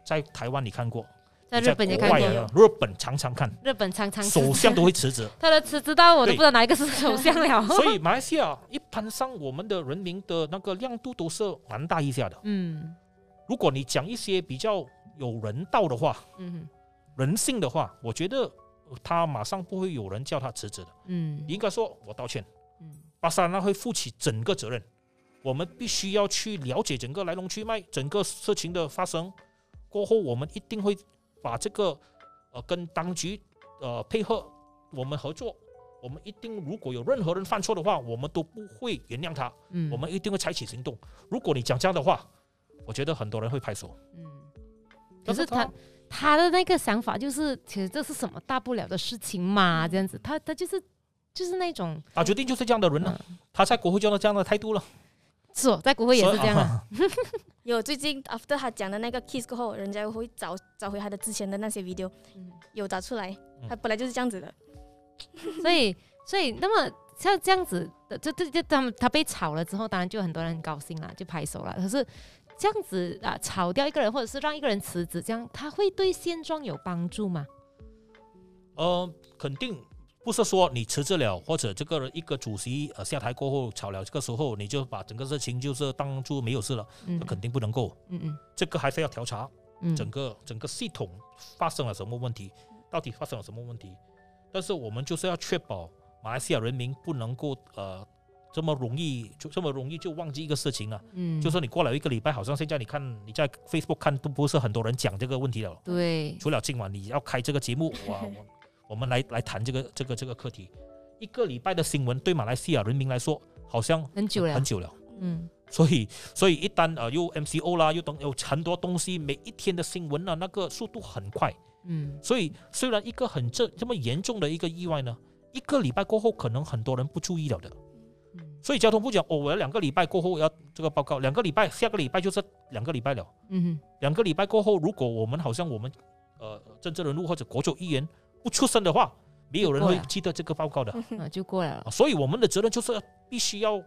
[SPEAKER 1] 在台湾你看过，
[SPEAKER 2] 在日本也看
[SPEAKER 1] 国外
[SPEAKER 2] 过，
[SPEAKER 1] 啊日本常常看，
[SPEAKER 2] 日本常常辞。
[SPEAKER 1] 首相都会辞职
[SPEAKER 2] 他的辞职到我都
[SPEAKER 1] 对
[SPEAKER 2] 不知道哪一个是首相了。
[SPEAKER 1] 所以马来西亚一般上我们的人民的那个亮度都是蛮大一下的。
[SPEAKER 2] 嗯
[SPEAKER 1] 如果你讲一些比较有人道的话、
[SPEAKER 2] 嗯
[SPEAKER 1] 人性的话，我觉得呃他马上不会有人叫他辞职的。
[SPEAKER 2] 嗯
[SPEAKER 1] 你应该说我道歉，
[SPEAKER 2] 嗯
[SPEAKER 1] 巴塞罗那会负起整个责任。我们必须要去了解整个来龙去脉，整个事情的发生过后，我们一定会把这个呃跟当局呃配合，我们合作。我们一定如果有任何人犯错的话，我们都不会原谅他，
[SPEAKER 2] 嗯，
[SPEAKER 1] 我们一定会采取行动。如果你讲这样的话，我觉得很多人会拍手。
[SPEAKER 2] 嗯，可
[SPEAKER 1] 但
[SPEAKER 2] 是他他的那个想法就是，其实这是什么大不了的事情嘛，这样子，他他就是就是那种，
[SPEAKER 1] 打决定就是这样的人呢、他在国会就是这样的态度了。
[SPEAKER 2] 是哦，在国会也
[SPEAKER 1] 所
[SPEAKER 2] 是
[SPEAKER 1] 以
[SPEAKER 2] 这样啊，
[SPEAKER 1] 啊
[SPEAKER 3] 有最近 after 他讲的那个 kiss 过后，人家会找找回他的之前的那些 video，
[SPEAKER 2] 嗯
[SPEAKER 3] 有找出来
[SPEAKER 1] 嗯，
[SPEAKER 3] 他本来就是这样子的。
[SPEAKER 2] 所以所以那么像这样子的，这这这他们他被炒了之后，当然就很多人很高兴啦，就拍手啦。可是这样子啊，炒掉一个人或者是让一个人辞职，这样他会对现状有帮助吗？
[SPEAKER 1] 呃，肯定不是说你辞职了，或者这个人一个主席呃下台过后炒了，这个时候你就把整个事情就是当做没有事了，
[SPEAKER 2] 嗯
[SPEAKER 1] 那肯定不能够。
[SPEAKER 2] 嗯嗯
[SPEAKER 1] 这个还是要调查
[SPEAKER 2] 嗯，
[SPEAKER 1] 整个整个系统发生了什么问题，到底发生了什么问题。但是我们就是要确保马来西亚人民不能够呃这么容易就这么容易就忘记一个事情了。
[SPEAKER 2] 嗯
[SPEAKER 1] 就说你过了一个礼拜，好像现在你看你在 Facebook 看都不是很多人讲这个问题了。
[SPEAKER 2] 对，
[SPEAKER 1] 除了今晚你要开这个节 目，哇，我我们来来谈这个这个这个课题。一个礼拜的新闻对马来西亚人民来说，好像
[SPEAKER 2] 很久了
[SPEAKER 1] 很，久了，
[SPEAKER 2] 嗯，
[SPEAKER 1] 所以，所以一旦呃又 MCO 啦，又等有很多东西，每一天的新闻呢，啊那个速度很快。
[SPEAKER 2] 嗯，
[SPEAKER 1] 所以，虽然一个很这这么严重的一个意外呢，一个礼拜过后，可能很多人不注意了的。
[SPEAKER 2] 嗯，
[SPEAKER 1] 所以交通部讲，哦，我要两个礼拜过后要这个报告，两个礼拜，下个礼拜就是两个礼拜了。
[SPEAKER 2] 嗯
[SPEAKER 1] 两个礼拜过后，如果我们好像我们呃政治人物或者国舅议员不出声的话，没有人
[SPEAKER 2] 不会
[SPEAKER 1] 会
[SPEAKER 2] 啊
[SPEAKER 1] 记得这个报告 的。
[SPEAKER 2] 哼，啊，就过来
[SPEAKER 1] 啊
[SPEAKER 2] 了。
[SPEAKER 1] 所以我们的责任就是要必须要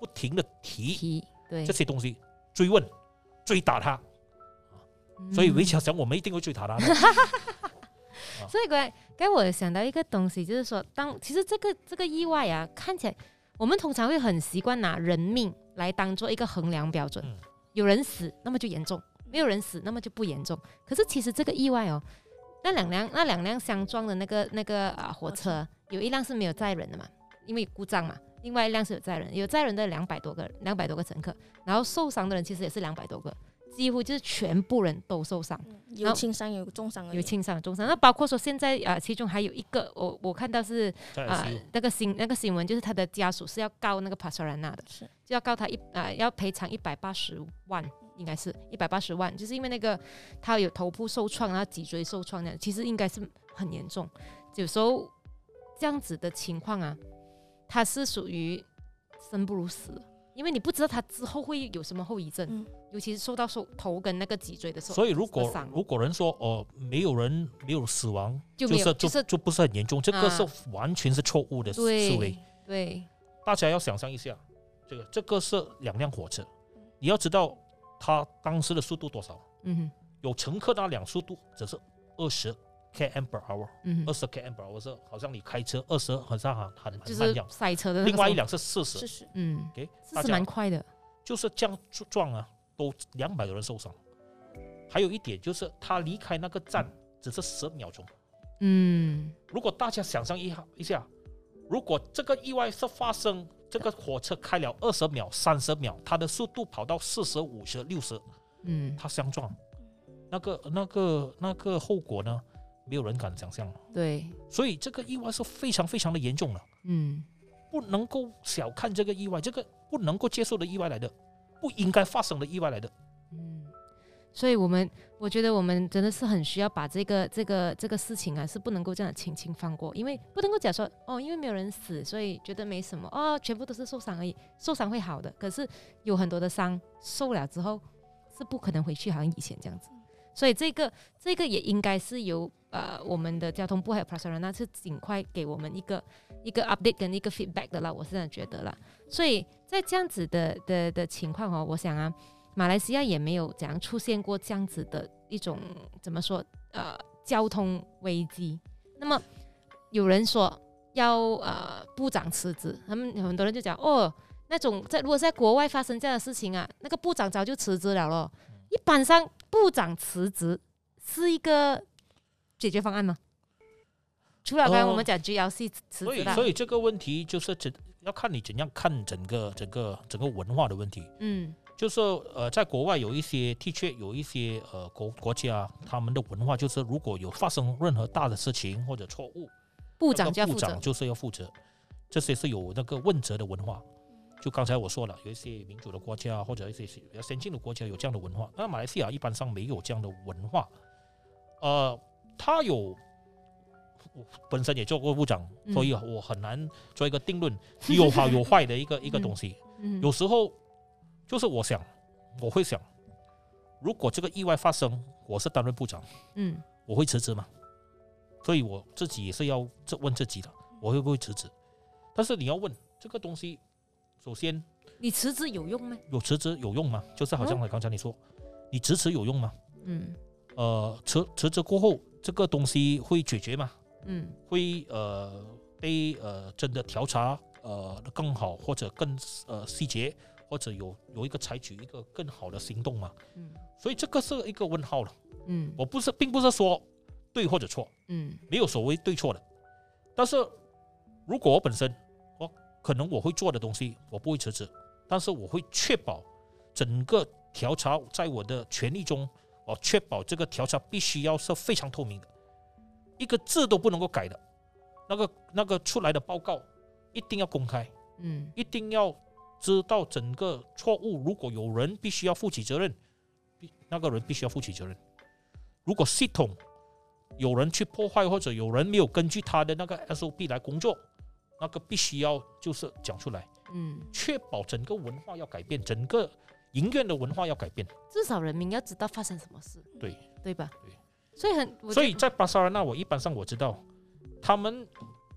[SPEAKER 1] 不停的提
[SPEAKER 2] 题对
[SPEAKER 1] 这，些东西，追问、追打他。所以围巧想，我们一定会追打他 的。
[SPEAKER 2] 嗯所以该该我有想到一个东西，就是说，当其实这个这个意外啊，看起来我们通常会很习惯拿人命来当做一个衡量标准，
[SPEAKER 1] 嗯
[SPEAKER 2] 有人死那么就严重，没有人死那么就不严重。可是其实这个意外哦，那两辆那两辆相撞的那个那个啊火车，有一辆是没有载人的嘛，因为故障嘛。另外一辆是有载人，有载人的两百多个两百多个乘客，然后受伤的人其实也是两百多个，几乎就是全部人都受伤。
[SPEAKER 3] 嗯有轻伤有重伤而已
[SPEAKER 2] 有。轻伤、重伤。那包括说现在啊、呃其中还有一个，我我看到是
[SPEAKER 1] 在
[SPEAKER 2] 啊、呃
[SPEAKER 1] ICU
[SPEAKER 2] 那个新那个新闻，就是他的家属是要告那个帕索兰娜的，
[SPEAKER 3] 是
[SPEAKER 2] 就要告他一啊、要赔偿一百八十万，应该是一百八十万，就是因为那个他有头部受创，然后啊脊椎受创那样，其实应该是很严重。有时候这样子的情况啊，他是属于生不如死。因为你不知道他之后会有什么后遗症，
[SPEAKER 3] 嗯
[SPEAKER 2] 尤其是受到受头跟那个脊椎的受，
[SPEAKER 1] 所以，如果
[SPEAKER 2] 伤
[SPEAKER 1] 如果人说哦，没有人没有死亡，
[SPEAKER 2] 就没
[SPEAKER 1] 是
[SPEAKER 2] 有
[SPEAKER 1] 就
[SPEAKER 2] 就是
[SPEAKER 1] 就不是很严重，这个
[SPEAKER 2] 啊
[SPEAKER 1] 是完全是错误的思维
[SPEAKER 2] 对。对，
[SPEAKER 1] 大家要想象一下，这个这个是两辆火车，你要知道它当时的速度多少，
[SPEAKER 2] 嗯哼
[SPEAKER 1] 有乘客那辆速度只是二十 km per hour，
[SPEAKER 2] 嗯哼
[SPEAKER 1] 二，十 km per hour 是好像你开车二十好像很很
[SPEAKER 2] 就
[SPEAKER 1] 很慢一
[SPEAKER 2] 是
[SPEAKER 1] 样，
[SPEAKER 2] 塞车的那个
[SPEAKER 1] 另外一
[SPEAKER 2] 时候，
[SPEAKER 1] 辆是四十
[SPEAKER 3] 是是，
[SPEAKER 2] 嗯，
[SPEAKER 1] ，OK，
[SPEAKER 2] 这
[SPEAKER 1] 大
[SPEAKER 2] 是蛮
[SPEAKER 1] 家
[SPEAKER 2] 快的，
[SPEAKER 1] 就是这样撞啊，都两百个人受伤。还有一点就是他离开那个站只是十秒钟，
[SPEAKER 2] 嗯
[SPEAKER 1] 如果大家想象一下一下，如果这个意外是发生，这个火车开了二十秒、三十秒，它的速度跑到四十五、十、六十，
[SPEAKER 2] 嗯，
[SPEAKER 1] 它相撞，那个、那个、那个后果呢，没有人敢想象。
[SPEAKER 2] 对，
[SPEAKER 1] 所以这个意外是非常非常的严重的，
[SPEAKER 2] 嗯
[SPEAKER 1] 不能够小看这个意外，这个不能够接受的意外来的，不应该发生的意外来的。
[SPEAKER 2] 嗯，所以我们我觉得我们真的是很需要把这个这个这个事情啊，是不能够这样轻轻放过，因为不能够讲说哦，因为没有人死，所以觉得没什么哦，全部都是受伤而已，受伤会好的，可是有很多的伤受了之后是不可能回去，好像以前这样子。所以这个这个也应该是由呃我们的交通部还有 p r a s a r a n a 是尽快给我们一个一个 update 跟一个 feedback 的啦，我是这样觉得啦。所以在这样子的的的情况哦，我想啊，马来西亚也没有怎样出现过这样子的一种怎么说呃交通危机。那么有人说要呃部长辞职，他们很多人就讲哦，那种在如果在国外发生这样的事情啊，那个部长早就辞职了咯。一般上部长辞职是一个解决方案吗？除了刚才
[SPEAKER 1] 哦
[SPEAKER 2] 我们讲 GLC 辞
[SPEAKER 1] 所
[SPEAKER 2] 职
[SPEAKER 1] 以，
[SPEAKER 2] 啦，
[SPEAKER 1] 所以这个问题就是怎要看你怎样看整个整个整个文化的问题。
[SPEAKER 2] 嗯
[SPEAKER 1] 就是呃，在国外有一些的确有一些呃国国家，他们的文化就是如果有发生任何大的事情或者错误，
[SPEAKER 2] 部
[SPEAKER 1] 部
[SPEAKER 2] 长就要
[SPEAKER 1] 部
[SPEAKER 2] 负
[SPEAKER 1] 长啊
[SPEAKER 2] 责，
[SPEAKER 1] 就是要负责，这些是有那个问责的文化。就刚才我说了，有一些民主的国家或者一些比较先进的国家有这样的文化，那马来西亚一般上没有这样的文化。呃，他有，我本身也做过部长，
[SPEAKER 2] 嗯
[SPEAKER 1] 所以我很难做一个定论，有好有坏的一 个一个东西。
[SPEAKER 2] 嗯
[SPEAKER 1] 有时候就是我想，我会想，如果这个意外发生，我是担任部长，
[SPEAKER 2] 嗯
[SPEAKER 1] 我会辞职吗？所以我自己也是要这问自己的，我会不会辞职？但是你要问这个东西，首先
[SPEAKER 2] 你辞职有用吗？
[SPEAKER 1] 有辞职有用吗？就是好像刚才你说，你辞职有用吗？
[SPEAKER 2] 嗯
[SPEAKER 1] 呃，辞辞职过后，这个东西会解决吗？
[SPEAKER 2] 嗯
[SPEAKER 1] 会呃被呃真的调查呃更好，或者更呃细节，或者有有一个采取一个更好的行动嘛？
[SPEAKER 2] 嗯
[SPEAKER 1] 所以这个是一个问号了。
[SPEAKER 2] 嗯
[SPEAKER 1] 我不是，并不是说对或者错，
[SPEAKER 2] 嗯
[SPEAKER 1] 没有所谓对错的。但是如果我本身我可能我会做的东西，我不会辞职，但是我会确保整个调查在我的权利中，我确保这个调查必须要是非常透明的，一个字都不能够改的，那个那个出来的报告一定要公开，
[SPEAKER 2] 嗯
[SPEAKER 1] 一定要知道整个错误，如果有人必须要负起责任，必那个人必须要负起责任。如果系统有人去破坏，或者有人没有根据他的那个 SOP 来工作，那个必须要就是讲出来，
[SPEAKER 2] 嗯，
[SPEAKER 1] 确保整个文化要改变，整个营院的文化要改变。
[SPEAKER 2] 至少人民要知道发生什么事，
[SPEAKER 1] 对
[SPEAKER 2] 对吧？
[SPEAKER 1] 对
[SPEAKER 2] 所以很，我
[SPEAKER 1] 所
[SPEAKER 2] 觉
[SPEAKER 1] 以在巴塞罗那，我一般上我知道，他们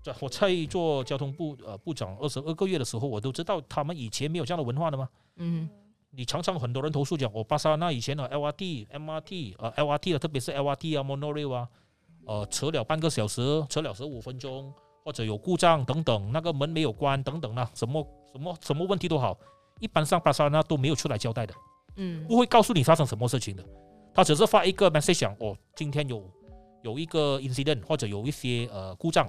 [SPEAKER 1] 在我在做交通部呃部长二十二个月的时候，我都知道他们以前没有这样的文化的吗？
[SPEAKER 2] 嗯
[SPEAKER 1] 你常常很多人投诉讲，我、哦巴塞罗那以前的啊 LRT、MRT 呃 LRT 的，特别是 LRT 啊、monorail 啊，呃，迟了半个小时，迟了十五分钟，或者有故障等等，那个门没有关等等啊，什么什么什么问题都好，一般上巴塞罗那都没有出来交代的。
[SPEAKER 2] 嗯
[SPEAKER 1] 不会告诉你发生什么事情的，他只是发一个 message 讲哦，今天有有一个 incident 或者有一些呃故障，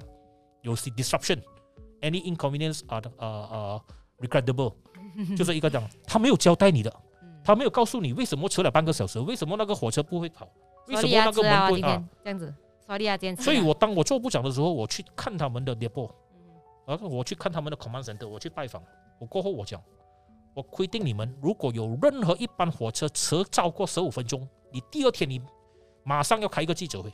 [SPEAKER 1] 有些 disruption，any inconvenience are 呃呃 regrettable，就是一个讲，他没有交代你的，
[SPEAKER 2] 嗯，
[SPEAKER 1] 他没有告诉你为什么迟了半个小时，为什么那个火车不会跑，为什
[SPEAKER 2] sorry
[SPEAKER 1] 么
[SPEAKER 2] 啊
[SPEAKER 1] 那个
[SPEAKER 2] 知道啊
[SPEAKER 1] 门不
[SPEAKER 2] 今
[SPEAKER 1] 会啊
[SPEAKER 2] 天？这样子，sorry 啊，今天吃啊，
[SPEAKER 1] 所以我当我做部长的时候，我去看他们的 depot，
[SPEAKER 2] 嗯
[SPEAKER 1] 然后我去看他们的 command center，我去拜访，我过后我讲，我规定你们如果有任何一班火车迟超过十五分钟，你第二天你马上要开一个记者会，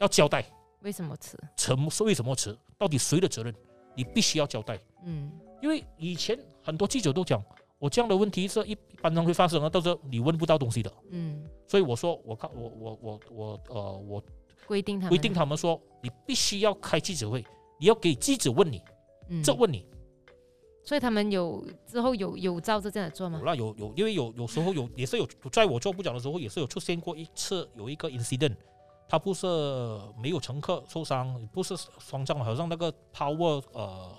[SPEAKER 1] 要交代
[SPEAKER 2] 为什么吃？
[SPEAKER 1] 迟是为什么迟，到底谁的责任，你必须要交代。
[SPEAKER 2] 嗯
[SPEAKER 1] 因为以前很多记者都讲，我这样的问题是一一般常会发生的，到时候你问不到东西的。
[SPEAKER 2] 嗯，
[SPEAKER 1] 所以我说，我告我我我我呃，我
[SPEAKER 2] 规定他们
[SPEAKER 1] 规定他们说，你必须要开记者会，你要给记者问你，
[SPEAKER 2] 嗯
[SPEAKER 1] 这问你。
[SPEAKER 2] 所以他们有之后有有照着这样做吗
[SPEAKER 1] 有？啦，有有，因为有有时候有也是有，在我做部长的时候也是有出现过一次有一个 incident，他不是没有乘客受伤，不是双障，好像那个 power 呃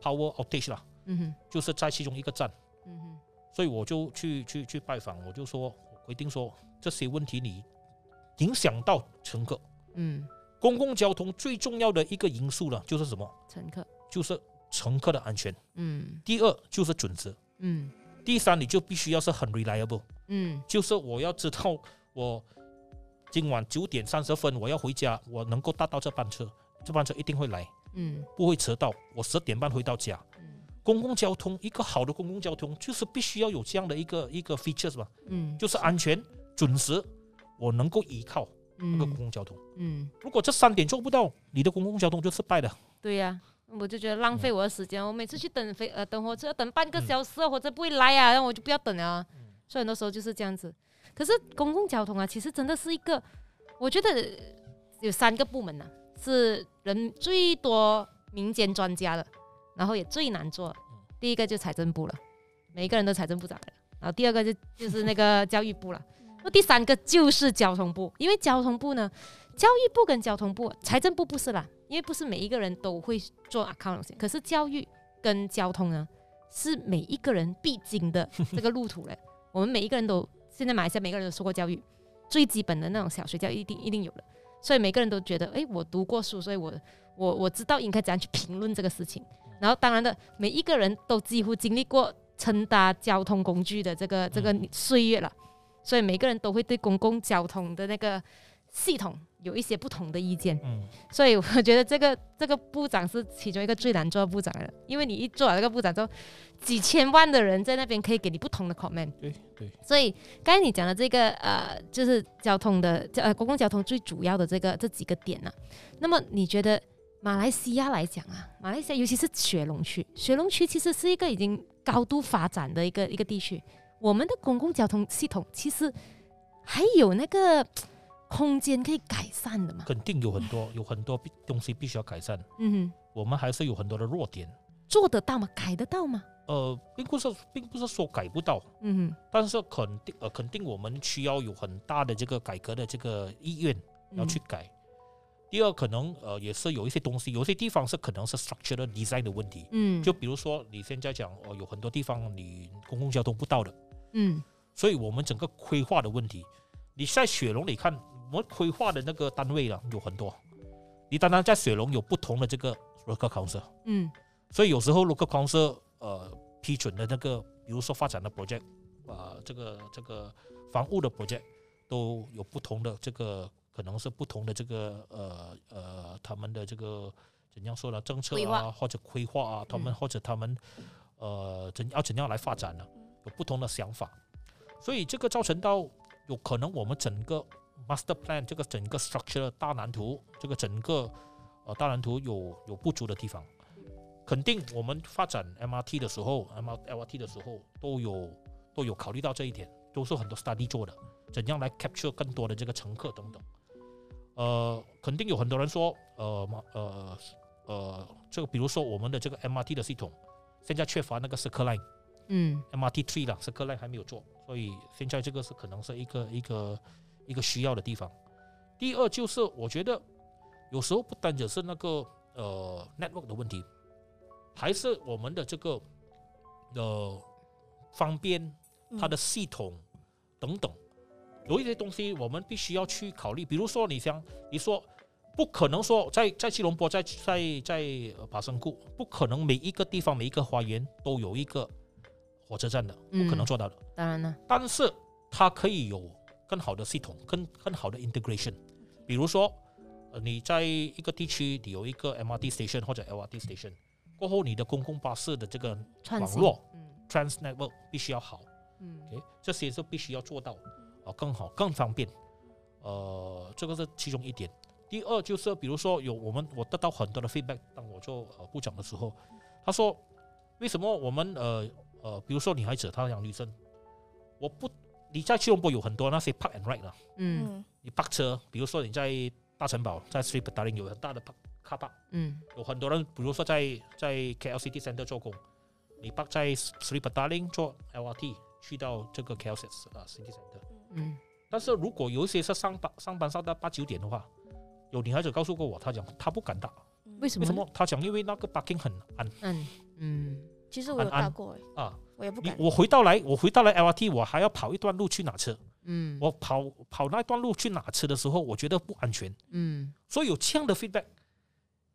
[SPEAKER 1] power outage 啦，
[SPEAKER 2] 嗯哼
[SPEAKER 1] 就是在其中一个站，
[SPEAKER 2] 嗯哼
[SPEAKER 1] 所以我就去去去拜访，我就说我规定说这些问题你影响到乘客，
[SPEAKER 2] 嗯，
[SPEAKER 1] 公共交通最重要的一个因素呢就是什么？
[SPEAKER 2] 乘客，
[SPEAKER 1] 就是乘客的安全，
[SPEAKER 2] 嗯
[SPEAKER 1] 第二就是准时，
[SPEAKER 2] 嗯
[SPEAKER 1] 第三你就必须要是很 reliable。
[SPEAKER 2] 嗯
[SPEAKER 1] 就是我要知道我今晚九点三十分我要回家，我能够搭到这班车，这班车一定会来，
[SPEAKER 2] 嗯
[SPEAKER 1] 不会迟到。我十点半回到家。
[SPEAKER 2] 嗯
[SPEAKER 1] 公共交通一个好的公共交通就是必须要有这样的一个一个 features 吧，
[SPEAKER 2] 嗯，
[SPEAKER 1] 就是安全、准时，我能够依靠那个公
[SPEAKER 2] 嗯
[SPEAKER 1] 共交通。
[SPEAKER 2] 嗯，
[SPEAKER 1] 如果这三点做不到，你的公共交通就失败了。
[SPEAKER 2] 对呀、我就觉得浪费我的时间，我每次去等飞呃等火车要等半个
[SPEAKER 1] 嗯
[SPEAKER 2] 小时，火车不会来啊，那我就不要等了啊、所以很多时候就是这样
[SPEAKER 1] 嗯
[SPEAKER 2] 子。可是公共交通啊，其实真的是一个，我觉得有三个部门呐、是人最多民间专家的，然后也最难做的
[SPEAKER 1] 嗯。
[SPEAKER 2] 第一个就财政部了，每一个人都财政部长来了。然后第二个就就是那个教育部了，
[SPEAKER 1] 嗯
[SPEAKER 2] 那第三个就是交通部，因为交通部呢，教育部跟交通部，财政部不是啦，因为不是每一个人都会做 account 东西，可是教育跟交通呢，是每一个人必经的这个路途嘞。我们每一个人都现在马来西亚每个人都受过教育，最基本的那种小学教育一定一定有的，所以每个人都觉得，诶，我读过书，所以我我我知道应该怎样去评论这个事情。然后当然的，每一个人都几乎经历过乘搭交通工具的这个这个
[SPEAKER 1] 嗯
[SPEAKER 2] 岁月了，所以每个人都会对公共交通的那个系统有一些不同的意见。
[SPEAKER 1] 嗯，
[SPEAKER 2] 所以我觉得这个 这个部长是其中一个最难做的部长来的，因为你一做了这个部长之后，几千万的人在那边可以给你不同的 comment。
[SPEAKER 1] 对对，
[SPEAKER 2] 所以刚才你讲的这个呃，就是交通的呃公共交通最主要的这个这几个点呢、啊那么你觉得马来西亚来讲啊，马来西亚尤其是雪隆区，雪隆区其实是一个已经高度发展的一个一个地区，我们的公共交通系统其实还有那个空间可以改善的嘛？
[SPEAKER 1] 肯定有很多有很多必东西必须要改善，
[SPEAKER 2] 嗯哼。
[SPEAKER 1] 我们还是有很多的弱点。
[SPEAKER 2] 做得到吗？改得到吗？
[SPEAKER 1] 呃，并不是并不是说改不到，
[SPEAKER 2] 嗯
[SPEAKER 1] 但是肯定呃，肯定我们需要有很大的这个改革的这个意愿
[SPEAKER 2] 哼，
[SPEAKER 1] 要去改。第二，可能呃也是有一些东西，有一些地方是可能是 structure 的 design 的问题。
[SPEAKER 2] 嗯，
[SPEAKER 1] 就比如说你现在讲哦、有很多地方你公共交通不到的，
[SPEAKER 2] 嗯
[SPEAKER 1] 所以我们整个规划的问题，你在雪龙你看，我们规划的那个单位啊有很多，你单单在雪龙有不同的这个 local council，
[SPEAKER 2] 嗯
[SPEAKER 1] 所以有时候 local council 呃批准的那个，比如说发展的 project，呃，这个这个房屋的 project 都有不同的这个，可能是不同的这个呃呃他们的这个怎样说呢？政策
[SPEAKER 2] 规划
[SPEAKER 1] 啊，或者规划啊，他们、
[SPEAKER 2] 嗯
[SPEAKER 1] 或者他们呃怎要怎样来发展呢，有不同的想法，所以这个造成到有可能我们整个 master plan 这个整个 structure 的大蓝图，这个整个呃大蓝图有有不足的地方，肯定我们发展 MRT 的时候，M LRT 的时候都有都有考虑到这一点，都是很多 study 做的，怎样来 capture 更多的这个乘客等等。呃，肯定有很多人说，呃，嘛呃，呃，这个比如说我们的这个 MRT 的系统，现在缺乏那个 Circle Line
[SPEAKER 2] 嗯
[SPEAKER 1] MRT Three 了，Circle Line 还没有做，所以现在这个是可能是一个一个一个需要的地方。第二就是我觉得有时候不单只是那个呃 network 的问题，还是我们的这个呃方便
[SPEAKER 3] 嗯
[SPEAKER 1] 它的系统等等，有一些东西我们必须要去考虑。比如说，你想你说不可能说在在吉隆坡在在在呃巴生库，不可能每一个地方每一个花园都有一个火车站的，
[SPEAKER 2] 嗯，
[SPEAKER 1] 不可能，做到的。
[SPEAKER 2] 当然了，
[SPEAKER 1] 但是它可以有更好的系统，更更好的 integration。比如说，呃，你在一个地区你有一个 MRT station 或者 LRT station，过后你的公共巴士的这个
[SPEAKER 2] 串行
[SPEAKER 1] 网络，
[SPEAKER 2] 嗯
[SPEAKER 1] trans network 必须要好。
[SPEAKER 2] 嗯
[SPEAKER 1] OK，这些是必须要做到，啊，更好、更方便。呃，这个是其中一点。第二就是，比如说有我们我得到很多的 feedback，当我做呃部长的时候，他说为什么我们呃呃，比如说女孩子她养女生，我不你在吉隆坡有很多那些 park and ride 啦，
[SPEAKER 2] 嗯
[SPEAKER 3] 嗯
[SPEAKER 1] 你 park 车，比如说你在大城堡在 s r i p d a r i n g 有很大的 park car park，
[SPEAKER 2] 嗯
[SPEAKER 1] 有很多人，比如说在在 KLCT Center 做工，你 park 在 s r i p d a r i n g 做 LRT 去到这个 KLCT 啊 City Center。
[SPEAKER 2] 嗯
[SPEAKER 1] 但是如果有一些是上班上班上到八九点的话，有女孩子告诉过我，她讲她不敢打，
[SPEAKER 3] 嗯
[SPEAKER 2] 为什
[SPEAKER 1] 为
[SPEAKER 2] 么
[SPEAKER 1] 什
[SPEAKER 2] 呢？
[SPEAKER 1] 么？她讲因为那个 parking 很暗
[SPEAKER 2] 嗯嗯
[SPEAKER 3] 其实我有
[SPEAKER 1] 安安
[SPEAKER 3] 打过、欸，
[SPEAKER 1] 啊。
[SPEAKER 3] 我也不
[SPEAKER 1] 你
[SPEAKER 3] 敢。
[SPEAKER 1] 我回到来，我回到来 LRT，我还要跑一段路去拿车。
[SPEAKER 2] 嗯，
[SPEAKER 1] 我跑跑那段路去拿车的时候，我觉得不安全，
[SPEAKER 2] 嗯
[SPEAKER 1] 所以有这样的 feedback。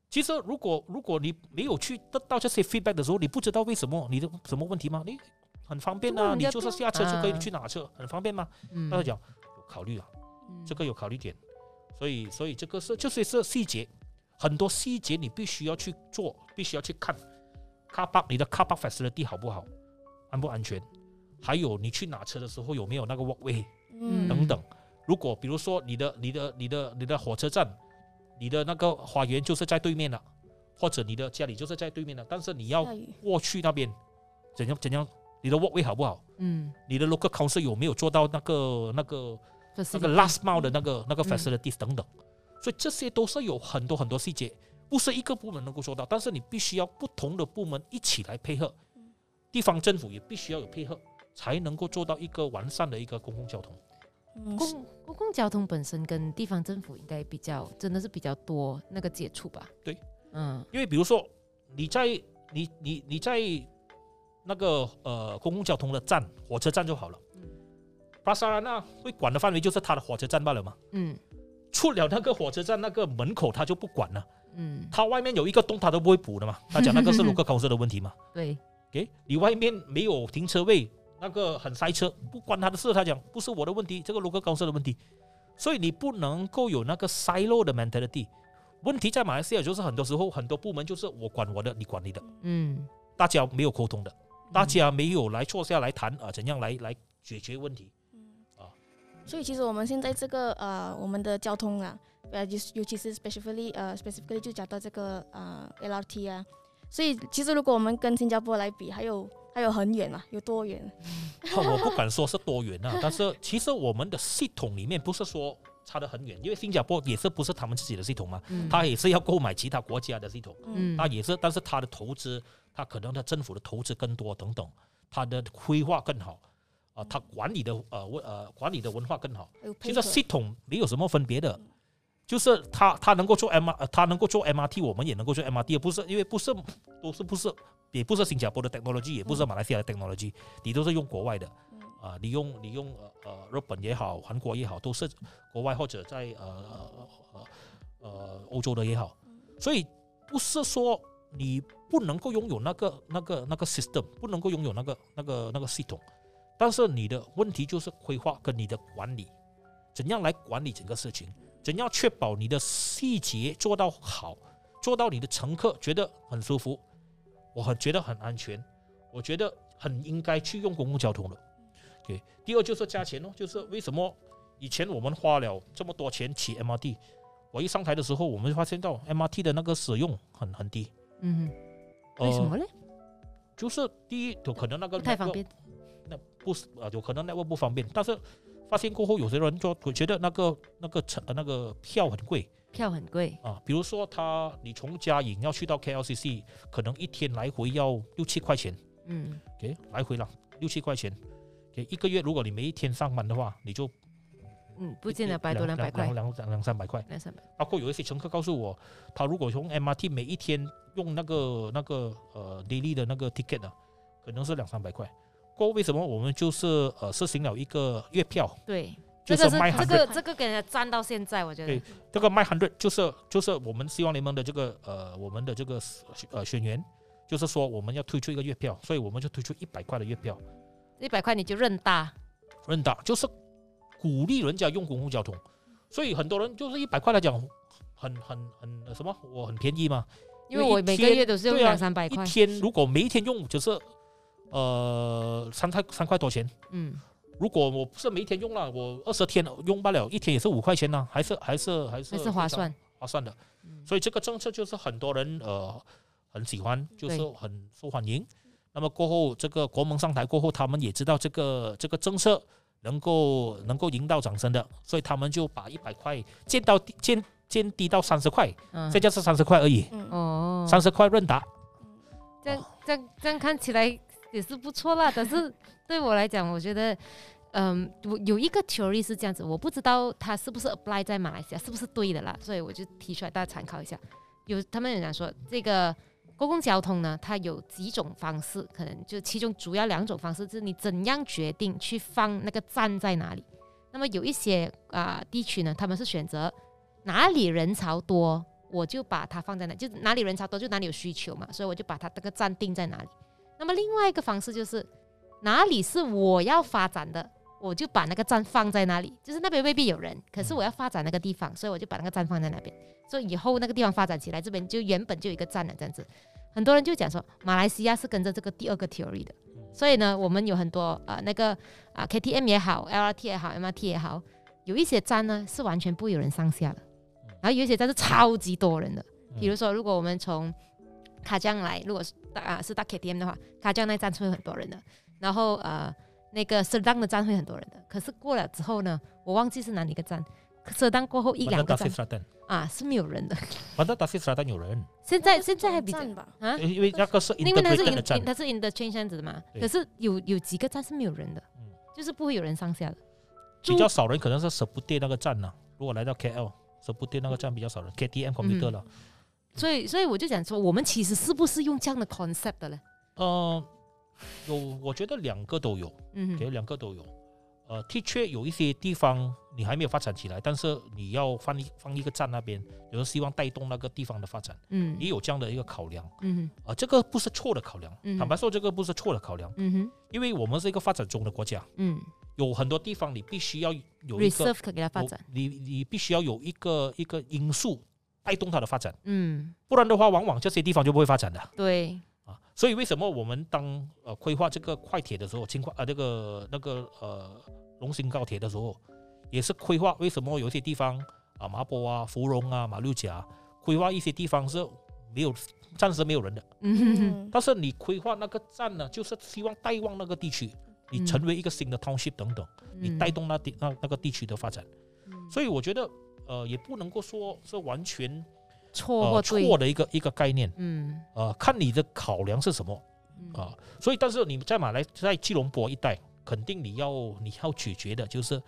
[SPEAKER 1] 其实如果如果你没有去得到这些 feedback 的时候，你不知道为什么你的什么问题吗？你很方便
[SPEAKER 2] 对啊
[SPEAKER 1] 啊，
[SPEAKER 2] 人
[SPEAKER 1] 你
[SPEAKER 2] 家
[SPEAKER 1] 就是
[SPEAKER 2] 不
[SPEAKER 1] 下车就可以
[SPEAKER 2] 啊
[SPEAKER 1] 去拿车，很方便吗？
[SPEAKER 2] 嗯，
[SPEAKER 1] 他就讲有考虑啊。
[SPEAKER 2] 嗯
[SPEAKER 1] 这个有考虑点，所以所以这个是就是是细节，很多细节你必须要去做，必须要去看。car park 你的 car park facility 好不好，安不安全？还有你去拿车的时候有没有那个 walkway
[SPEAKER 2] 嗯
[SPEAKER 1] 等等。如果比如说你的你的你的你的火车站，你的那个花园就是在对面了，或者你的家里就是在对面了，但是你要
[SPEAKER 3] 下雨，
[SPEAKER 1] 过去那边，怎样怎样，你的 walkway 好不好？
[SPEAKER 2] 嗯，
[SPEAKER 1] 你的 local council 有没有做到那个那个那
[SPEAKER 2] 这是
[SPEAKER 1] 个 last mile 的那个那个
[SPEAKER 2] 嗯
[SPEAKER 1] facilities 等等，所以这些都是有很多很多细节，不是一个部门能够做到，但是你必须要不同的部门一起来配合，地方政府也必须要有配合，才能够做到一个完善的一个公共交通。
[SPEAKER 3] 嗯，是
[SPEAKER 2] 公公共交通本身跟地方政府应该比较，真的是比较多那个接触吧？
[SPEAKER 1] 对，
[SPEAKER 2] 嗯
[SPEAKER 1] 因为比如说你在你你你在那个呃公共交通的站火车站就好了，巴塞罗那会管的范围就是它的火车站罢了嘛，
[SPEAKER 2] 嗯
[SPEAKER 1] 出了那个火车站那个门口他就不管了，
[SPEAKER 2] 嗯，
[SPEAKER 1] 他外面有一个洞他都不会补的嘛，他讲那个是卢克考试的问题嘛。
[SPEAKER 2] 对，
[SPEAKER 1] 给你外面没有停车位，那个很塞车，不关他的事。他讲不是我的问题，这个 local council 的问题，所以你不能够有那个 silo 的 mentality。问题在马来西亚就是很多时候很多部门就是我管我的，你管你的，
[SPEAKER 2] 嗯
[SPEAKER 1] 大家没有沟通的，大家没有来坐下来谈啊，怎样来来解决问题。
[SPEAKER 3] 所以其实我们现在这个呃，我们的交通啊，呃，尤尤其是 specifically 呃 specifically 就讲到这个呃 LRT 啊，所以其实如果我们跟新加坡来比，还有还有很远嘛，啊有多远？
[SPEAKER 1] 我不敢说是多远啊，但是其实我们的系统里面不是说差得很远，因为新加坡也是不是他们自己的系统嘛，
[SPEAKER 2] 嗯，
[SPEAKER 1] 他也是要购买其他国家的系统。
[SPEAKER 3] 嗯，
[SPEAKER 1] 那也是，但是他的投资，他可能他政府的投资更多等等，他的规划更好，啊、他管理的呃文呃管理的文化更好，
[SPEAKER 3] 还有配
[SPEAKER 1] 其
[SPEAKER 3] 合
[SPEAKER 1] 实系统没有什么分别的，就是他他能够做 M R，呃他能够做 M R T，我们也能够做 M R T，不是因为不是都是不是也不是新加坡的 technology，也不是马来西亚的 technology，你都是用国外的
[SPEAKER 3] 嗯
[SPEAKER 1] 啊、你用你用呃呃日本也好，韩国也好，都是国外或者在呃呃呃呃欧洲的也好，所以不是说你不能够拥有那个那个那个 system，不能够拥有那个那个那个系统，但是你的问题就是规划跟你的管理，怎样来管理整个事情，怎样确保你的细节做到好，做到你的乘客觉得很舒服，我很觉得很安全，我我觉得很应该去用公共交通的。OK，第二就是加钱哦，就是为什么以前我们花了这么多钱起 MRT，我一上台的时候，我们发现到 MRT 的那个使用很很低。
[SPEAKER 2] 嗯哼，为什么
[SPEAKER 1] 呃？
[SPEAKER 2] 呢？
[SPEAKER 1] 就是第一，有可能那个
[SPEAKER 2] 不太方便。
[SPEAKER 1] 不是啊，有可能 network 不方便，但是发现过后，有些人就觉得那个那个车呃那个票很贵
[SPEAKER 2] 票很贵，
[SPEAKER 1] 啊，比如说他你从嘉颖要去到 KLCC，可能一天来回要六七块钱，
[SPEAKER 2] 嗯，
[SPEAKER 1] 给、来回了六七块钱，给、一个月，如果你每一天上班的话，你就
[SPEAKER 2] 嗯，不见得百多两
[SPEAKER 1] 两
[SPEAKER 2] 百块
[SPEAKER 1] 两，两两两三百块。
[SPEAKER 2] 两三百，
[SPEAKER 1] 包括有一些乘客告诉我，他如果从 MRT 每一天用那个那个呃 daily 的那个 ticket 呢、可能是两三百块。过后为什么我们就是呃实行了一个月票，
[SPEAKER 2] 对，
[SPEAKER 1] 就
[SPEAKER 2] 这个是
[SPEAKER 1] 卖
[SPEAKER 2] 这
[SPEAKER 1] hundred，、
[SPEAKER 2] 个这个给人家站到现在，我觉得
[SPEAKER 1] 对，这个卖 hundred 就是就是我们希望联盟的这个呃我们的这个呃选员，就是说我们要推出一个月票，所以我们就推出一百块的月票，
[SPEAKER 2] 一百块你就认大，
[SPEAKER 1] 认打就是鼓励人家用公共交通，所以很多人就是一百块来讲很很很呃什么我很便宜嘛，
[SPEAKER 2] 因为
[SPEAKER 1] 因为
[SPEAKER 2] 我
[SPEAKER 1] 一
[SPEAKER 2] 每个
[SPEAKER 1] 天
[SPEAKER 2] 月都是用
[SPEAKER 1] 对啊
[SPEAKER 2] 两三百
[SPEAKER 1] 一
[SPEAKER 2] 块，
[SPEAKER 1] 天如果每一天用就是呃三块三块多钱，
[SPEAKER 2] 嗯，
[SPEAKER 1] 如果我不是每一天用了，我二十天用不了，一天也是五块钱呢、还是还是还是
[SPEAKER 2] 还是划
[SPEAKER 1] 非常
[SPEAKER 2] 算，
[SPEAKER 1] 划算的。
[SPEAKER 2] 嗯
[SPEAKER 1] 所以这个政策就是很多人呃很喜欢，就是
[SPEAKER 2] 对
[SPEAKER 1] 很受欢迎。那么过后，这个国盟上台过后，他们也知道这个这个政策能够能够赢到掌声的，所以他们就把一百块降到低降降低到三十块，
[SPEAKER 2] 嗯
[SPEAKER 1] 再，加上三十块而已，
[SPEAKER 3] 嗯，
[SPEAKER 2] 哦，
[SPEAKER 1] 三十块任打。
[SPEAKER 2] 这样这样这样看起来也是不错啦，但是对我来讲，我觉得。嗯，我有一个 theory 是这样子，我不知道它是不是 apply 在马来西亚是不是对的啦，所以我就提出来大家参考一下。有他们有讲说，这个公共交通呢，它有几种方式，可能就其中主要两种方式就是你怎样决定去放那个站在哪里。那么有一些啊、地区呢，他们是选择哪里人潮多，我就把它放在哪，就哪里人潮多就哪里有需求嘛，所以我就把它这个站定在哪里。那么另外一个方式就是哪里是我要发展的，我就把那个站放在那里，就是那边未必有人，可是我要发展那个地方，所以我就把那个站放在那边，所以以后那个地方发展起来，这边就原本就有一个站了这样子。很多人就讲说，马来西亚是跟着这个第二个 theory 的，
[SPEAKER 1] 嗯
[SPEAKER 2] 所以呢，我们有很多呃那个啊、KTM 也好，LRT 也好，MRT 也好，有一些站呢是完全不会有人上下的
[SPEAKER 1] 嗯，
[SPEAKER 2] 然后有一些站是超级多人的。
[SPEAKER 1] 嗯
[SPEAKER 2] 比如说，如果我们从卡江来，如果是搭啊是搭 KTM 的话，卡江那站是会很多人的，然后呃那个适当的站会很多人的。可是过了之后呢，我忘记是哪里一个站，适当过后一两
[SPEAKER 1] Bandar
[SPEAKER 2] 个站
[SPEAKER 1] Tasik Selatan，
[SPEAKER 2] 啊是没有人的。
[SPEAKER 1] Bandar Tasik Selatan 有人，
[SPEAKER 2] 现在现在还比较
[SPEAKER 3] 站吧，
[SPEAKER 2] 啊，
[SPEAKER 1] 因为那个是
[SPEAKER 2] 因为它是
[SPEAKER 1] integrated 的站
[SPEAKER 2] in，它是 interchange 这样子的嘛，
[SPEAKER 1] 对
[SPEAKER 2] 可是有有几个站是没有人的
[SPEAKER 1] 嗯，
[SPEAKER 2] 就是不会有人上下的。
[SPEAKER 1] 比较少人可能是舍不得那个站呢、如果来到 KL，舍不得那个站比较少人，KTM
[SPEAKER 2] 嗯
[SPEAKER 1] computer 了。嗯
[SPEAKER 2] 所以，所以我就讲说，我们其实是不是用这样的 concept 的嘞？
[SPEAKER 1] 呃，有，我觉得两个都有，
[SPEAKER 2] 嗯
[SPEAKER 1] 给、，两个都有。呃，的确有一些地方你还没有发展起来，但是你要放一放一个站那边，有时希望带动那个地方的发展，
[SPEAKER 2] 嗯
[SPEAKER 1] 也有这样的一个考量。
[SPEAKER 2] 嗯
[SPEAKER 1] 啊、这个不是错的考量，
[SPEAKER 2] 嗯
[SPEAKER 1] 坦白说，这个不是错的考量，
[SPEAKER 2] 嗯哼
[SPEAKER 1] 因为我们是一个发展中的国家，
[SPEAKER 2] 嗯
[SPEAKER 1] 有很多地方你必须要有一个
[SPEAKER 2] ，reserve 可以给它发展，
[SPEAKER 1] 有你你必须要有一个一个因素带动它的发展，
[SPEAKER 2] 嗯，
[SPEAKER 1] 不然的话，往往这些地方就不会发展的。
[SPEAKER 2] 对，
[SPEAKER 1] 啊，所以为什么我们当呃规划这个快铁的时候，轻快啊那个那个呃龙兴高铁的时候，也是规划为什么有些地方啊麻坡啊、芙蓉啊、马六甲规划一些地方是没有暂时没有人的，
[SPEAKER 2] 嗯哼哼，
[SPEAKER 3] 嗯，
[SPEAKER 1] 但是你规划那个站呢，就是希望带旺那个地区，你
[SPEAKER 2] 嗯
[SPEAKER 1] 成为一个新的 township 等等，你带
[SPEAKER 2] 嗯，
[SPEAKER 1] 动那地那那个地区的发展，
[SPEAKER 2] 嗯
[SPEAKER 1] 所以我觉得呃也不能够说是完全
[SPEAKER 2] 错
[SPEAKER 1] 呃
[SPEAKER 2] 或对，
[SPEAKER 1] 错的一个一个概念，
[SPEAKER 2] 嗯
[SPEAKER 1] 呃看你的考量是什么。
[SPEAKER 2] 嗯
[SPEAKER 1] 啊，所以但是你在马来在吉隆坡一带，肯定你要你要解决的就是